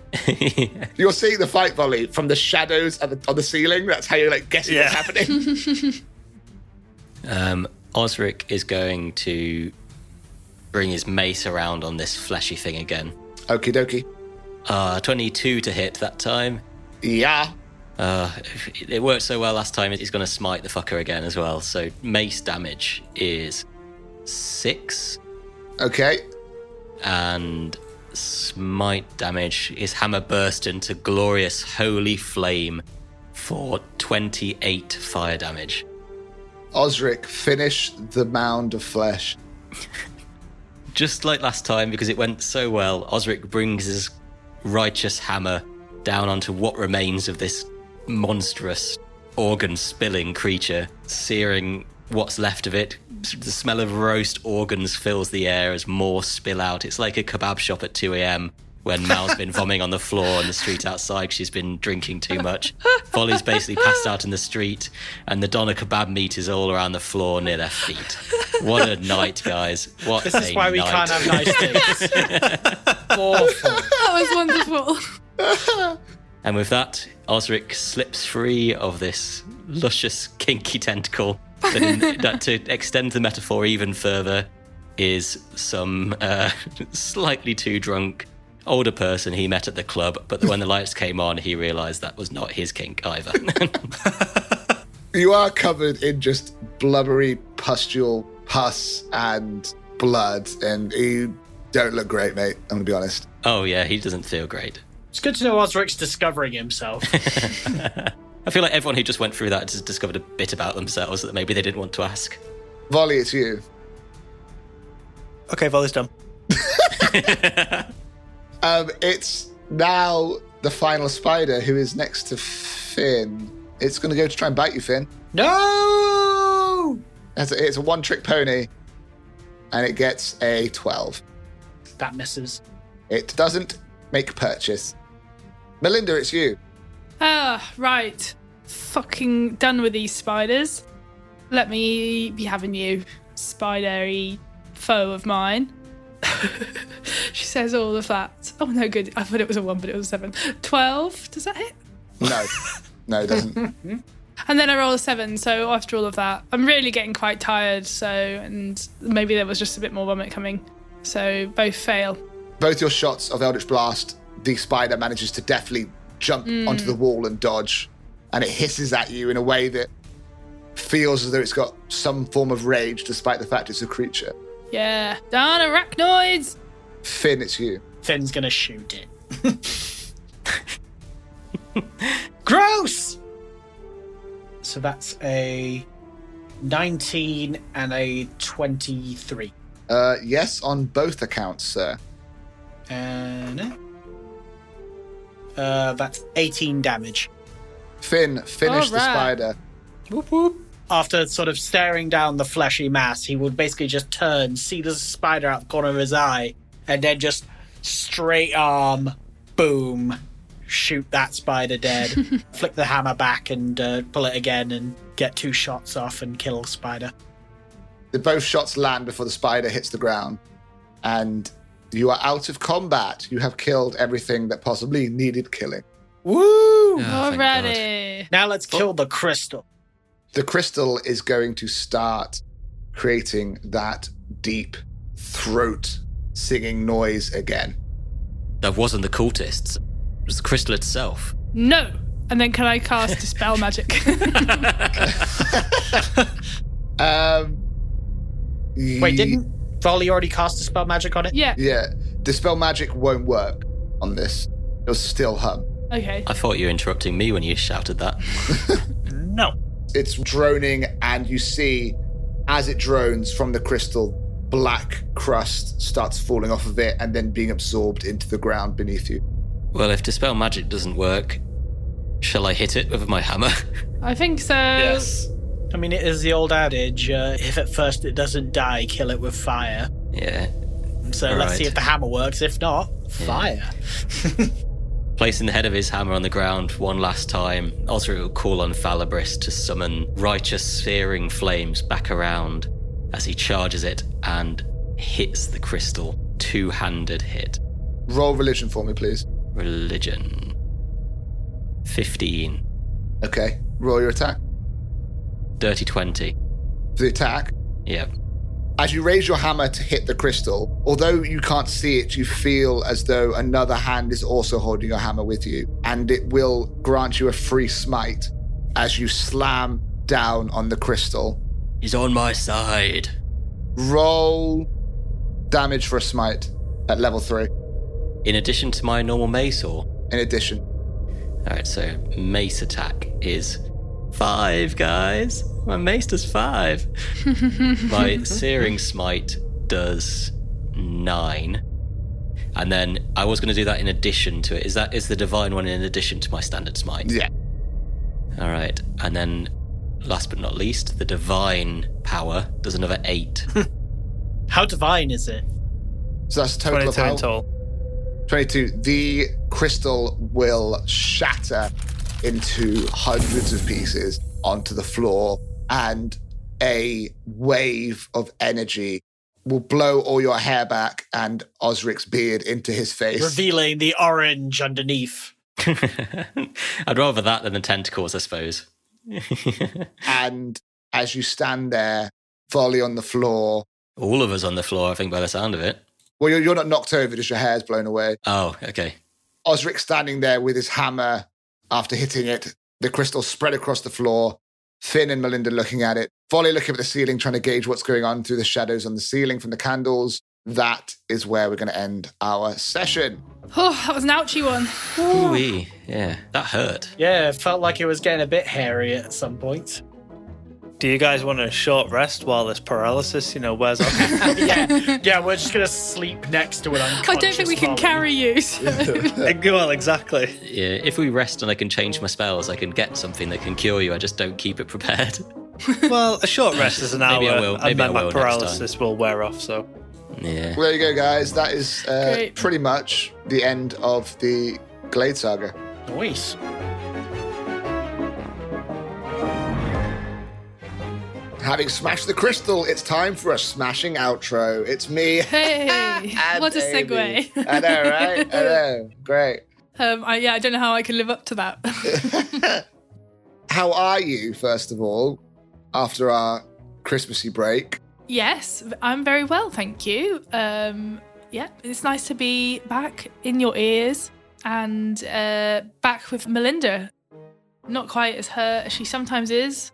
You're seeing the fight volley from the shadows at the, on the ceiling. That's how you're like guessing what's
Yeah.
happening.
Um, Osric is going to bring his mace around on this fleshy thing again.
Okie dokie.
Uh, 22 to hit that time.
Yeah.
Uh, it- it worked so well last time, he's going to smite the fucker again as well. So mace damage is six,
Okay.
and smite damage, his hammer burst into glorious holy flame for 28 fire damage.
Osric, finish the mound of flesh.
Just like last time, because it went so well, Osric brings his righteous hammer down onto what remains of this monstrous, organ spilling creature, searing what's left of it. The smell of roast organs fills the air as more spill out. It's like a kebab shop at 2 a.m. when Mal's been vomiting on the floor on the street outside 'cause she's been drinking too much. Folly's basically passed out in the street, and the doner kebab meat is all around the floor near their feet. What a night, guys. What
This is
a
why we
night.
can't have nice things. Awful.
That was wonderful.
And with that, Osric slips free of this luscious, kinky tentacle. That, in, that to extend the metaphor even further, is some uh, slightly too drunk older person he met at the club. But when the lights came on, he realised that was not his kink either.
You are covered in just blubbery pustule, pus, and blood, and you don't look great, mate. I'm gonna be honest.
oh yeah, he doesn't feel great.
It's good to know Osric's discovering himself.
I feel like everyone who just went through that has discovered a bit about themselves that maybe they didn't want to ask.
Volley, it's you.
Okay, Folly's done.
Um, it's now the final spider who is next to Finn. It's going to go to try and bite you, Finn.
No!
That's a, it's a one trick pony, and it gets a 12.
That misses.
It doesn't make purchase. Melinda, it's you.
Ah, right. Fucking done with these spiders. Let me be having you, spidery foe of mine. she says all of that. Oh, no, good. I thought it was a one, but it was a seven. Twelve. Does that hit?
No, no, it doesn't.
And then I roll a seven. So after all of that, I'm really getting quite tired. So, and maybe there was just a bit more vomit coming. So both fail.
Both your shots of Eldritch Blast, the spider manages to deftly jump onto the wall and dodge, and it hisses at you in a way that feels as though it's got some form of rage, despite the fact it's a creature.
Yeah. Darn arachnoids.
Finn, it's you.
Finn's gonna shoot it. Gross! So that's a 19 and a 23.
Uh, yes, on both accounts, sir.
And. Uh, that's 18 damage.
Finn, finish the
Alright.
spider.
After sort of staring down the fleshy mass, he would basically just turn, see the spider out the corner of his eye, and then just straight arm, boom, shoot that spider dead, flick the hammer back and uh, pull it again, and get two shots off and kill the spider.
The both shots land before the spider hits the ground, and you are out of combat. You have killed everything that possibly needed killing.
Woo!
Ah, thank God.
Already.
Now let's kill the crystal.
the crystal is going to start creating that deep throat singing noise again.
That wasn't the cultists. It was the crystal itself.
No. And then can I cast dispel magic?
Um,
Wait, didn't Volley already cast a spell magic on it?
yeah.
Yeah, dispel magic won't work on this. It'll still hum.
Okay.
I thought you were interrupting me when you shouted that.
No.
It's droning, and you see as it drones from the crystal, black crust starts falling off of it and then being absorbed into the ground beneath you.
Well, if dispel magic doesn't work, shall I hit it with my hammer?
I think so.
I mean, it is the old adage uh, if at first it doesn't die, kill it with fire.
yeah.
So let's
Right.
see if the hammer works. If not, fire.
Placing the head of his hammer on the ground one last time, Osric will call on Falibris to summon righteous searing flames back around as he charges it and hits the crystal. Two handed hit.
Roll religion for me, please.
Religion. 15.
Okay, roll your attack.
Dirty 20.
The attack
Yep.
As you raise your hammer to hit the crystal, although you can't see it, you feel as though another hand is also holding your hammer with you, and it will grant you a free smite as you slam down on the crystal.
He's on my side.
Roll damage for a smite at level three,
In addition to my normal mace or
in addition.
All right, so mace attack is five, guys. My mace does five. My searing smite does nine, and then I was going to do that in addition to it. Is that is the divine one in addition to my standard smite?
Yeah.
All right, and then last but not least, the divine power does another eight.
How divine is it?
So that's a total of
22
how?
in total.
22. The crystal will shatter into hundreds of pieces onto the floor, and a wave of energy will blow all your hair back and Osric's beard into his face.
Revealing the orange underneath.
I'd rather that than the tentacles, I suppose.
and as you stand there, volley on the floor,
All of us on the floor, I think, by the sound of it.
well, you're, you're not knocked over, just your hair's blown away.
Oh, okay.
Osric standing there with his hammer after hitting it, the crystal spread across the floor. Finn and Melinda looking at it. Folly looking at the ceiling, trying to gauge what's going on through the shadows on the ceiling from the candles. That is where we're going to end our session.
Oh, that was an ouchy one. Oh,
Ooh, yeah, that hurt.
Yeah, it felt like it was getting a bit hairy at some point.
Do you guys want a short rest while this paralysis, you know, wears off?
yeah, yeah, we're just gonna sleep next to it.
I don't think we can carry you. so-
well, exactly.
Yeah, if we rest and I can change my spells, I can get something that can cure you. I just don't keep it prepared.
Well, a short rest is an hour,
Maybe I will- maybe
and then
I will
my
next
paralysis will wear off. So,
Yeah.
Well, there you go, guys. That is uh,
Great.
pretty much the end of the Glade Saga.
Noise.
Having smashed the crystal, it's time for a smashing outro. It's me.
hey,
and
what a
Amy.
segue.
Ah, I know, right? I know. Great.
Um, I, yeah, I don't know how I can live up to that.
How are you, first of all, after our Christmassy break?
yes, I'm very well, thank you. Um, yeah, it's nice to be back in your ears and uh, back with Melinda. Not quite as hurt as she sometimes is,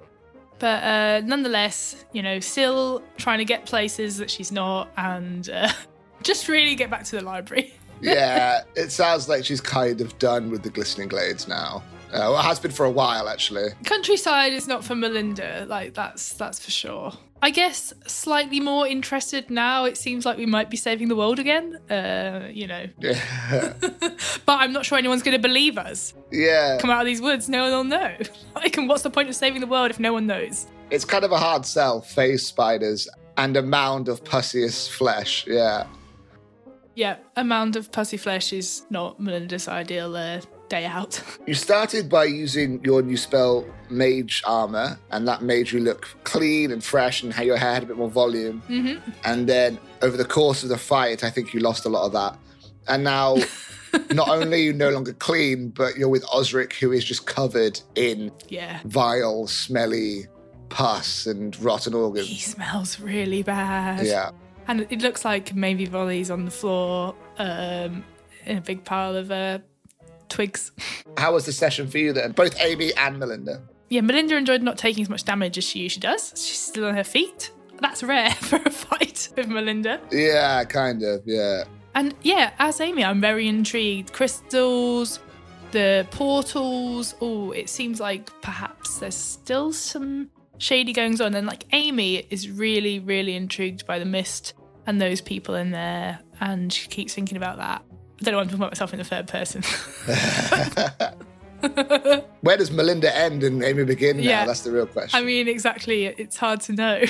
but uh, nonetheless, you know, still trying to get places that she's not and uh, just really get back to the library.
Yeah, it sounds like she's kind of done with the Glistening Glades now. Uh, well, it has been for a while, actually.
countryside is not for Melinda. Like that's that's for sure. I guess slightly more interested now. It seems like we might be saving the world again. Uh, you know,
Yeah.
but I'm not sure anyone's going to believe us.
yeah.
Come out of these woods, no one will know. Like, and what's the point of saving the world if no one knows?
It's kind of a hard sell, phase spiders and a mound of pusseous flesh. Yeah.
Yeah, a mound of pussy flesh is not Melinda's ideal uh, day out.
You started by using your new spell, Mage Armor, and that made you look clean and fresh and how your hair had a bit more volume.
mm-hmm.
And then over the course of the fight, I think you lost a lot of that. And now, not only are you no longer clean, but you're with Osric, who is just covered in
Yeah,
vile, smelly pus and rotten
he
organs.
smells really bad.
Yeah.
And it looks like maybe Volley's on the floor um, in a big pile of uh, twigs.
How was the session for you then? Both Amy and Melinda.
Yeah, Melinda enjoyed not taking as much damage as she usually does. She's still on her feet. That's rare for a fight with Melinda.
Yeah, kind of. Yeah.
And yeah, as Amy, I'm very intrigued. Crystals, the portals. Oh, it seems like perhaps there's still some shady goings on. And like Amy is really, really intrigued by the mist and those people in there. And she keeps thinking about that. I don't know why I'm talking about myself in the third person.
Where does Melinda end and Amy begin now?
Yeah.
That's the real question.
I mean, exactly. It's hard to know.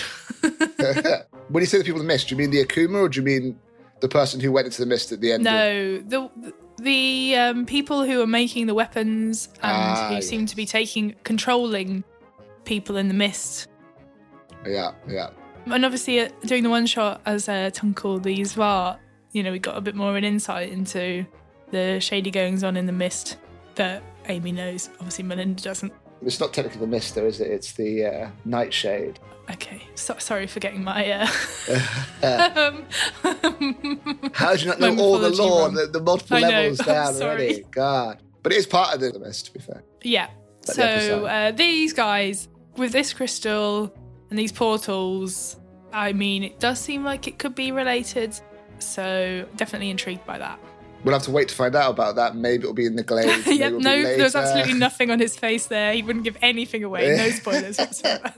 when you say the people in the mist, do you mean the Akuma or do you mean the person who went into the mist at the end? of-
No, the the um, people who are making the weapons and
Ah,
who seem to be taking controlling people in the mist,
yeah, yeah.
and obviously uh, doing the one shot as uh, Tunkel the Zvar, you know, we got a bit more of an insight into the shady goings on in the mist that Amy knows. Obviously, Melinda doesn't.
It's not technically the mist, though, is it? It's the uh, nightshade.
Okay, so, sorry for getting my. Uh, um,
How do you not
My
know all the
mythology
lore,
wrong.
the, the multiple
I know,
levels
I'm
down
sorry.
already? God. But it is part of the mist, to be fair.
Yeah.
But the episode.
so uh, these guys with this crystal and these portals, I mean, it does seem like it could be related. So definitely intrigued by that.
We'll have to wait to find out about that. Maybe it'll be in the glade. maybe
yeah,
it'll be
no, there was
later.
absolutely nothing on his face there. He wouldn't give anything away. No spoilers whatsoever.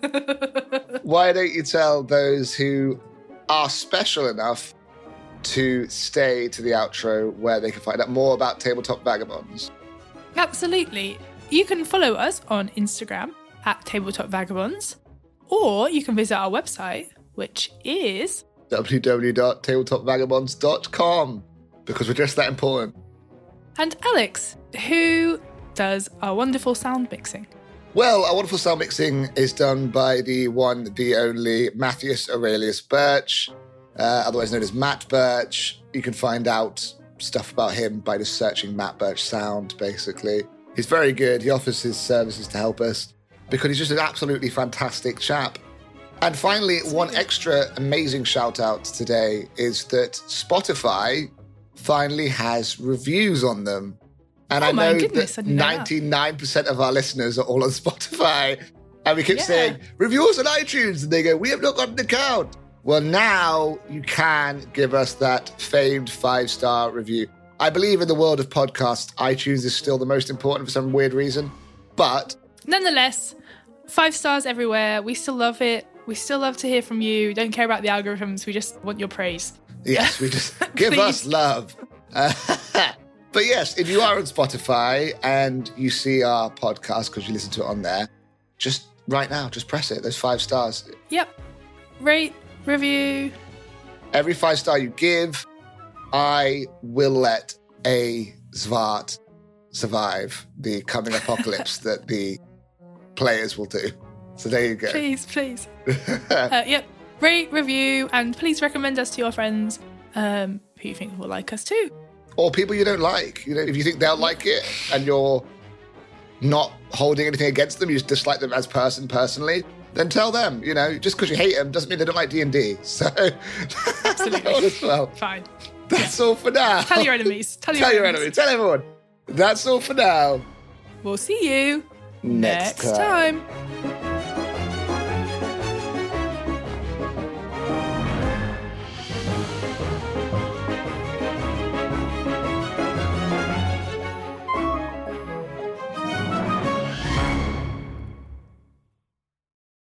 Why don't you tell those who are special enough to stay to the outro where they can find out more about Tabletop Vagabonds?
Absolutely. You can follow us on Instagram at Tabletop Vagabonds, or you can visit our website, which is
www.tabletopvagabonds.com because we're just that important.
and Alex, who does our wonderful sound mixing.
Well, our wonderful sound mixing is done by the one, the only Matthias Aurelius Birch, uh, otherwise known as Matt Birch. You can find out stuff about him by just searching Matt Birch Sound, basically. He's very good. He offers his services to help us because he's just an absolutely fantastic chap. And finally, one extra amazing shout out today is that Spotify finally has reviews on them. And
Oh
I
my
know
goodness, I
that
didn't know that.
99% of our listeners are all on Spotify. And we keep
Yeah.
saying, review us on iTunes. And they go, we have not got an account. Well, now you can give us that famed five star review. I believe in the world of podcasts, iTunes is still the most important for some weird reason. But
Nonetheless, Five stars everywhere. We still love it. We still love to hear from you. Don't care about the algorithms. We just want your praise.
Yes, we just give us love. Uh, but yes, if you are on Spotify and you see our podcast because you listen to it on there, just right now, just press it. There's five stars.
Yep. Rate, review.
Every five star you give, I will let a Zvart survive the coming apocalypse that the players will do. So there you go.
Please, please. uh, yep. Rate, review, and please recommend us to your friends um, who you think will like us too.
or people you don't like. You know, if you think they'll like it and you're not holding anything against them, you just dislike them as person personally, then tell them. You know, just because you hate them doesn't mean they don't like D and D. So
Absolutely.
All as well.
Fine.
That's all for now.
Tell your enemies. Tell your,
Tell your
enemies.
enemy. Tell everyone. That's all for now.
We'll see you
Next
next time.
time.
time.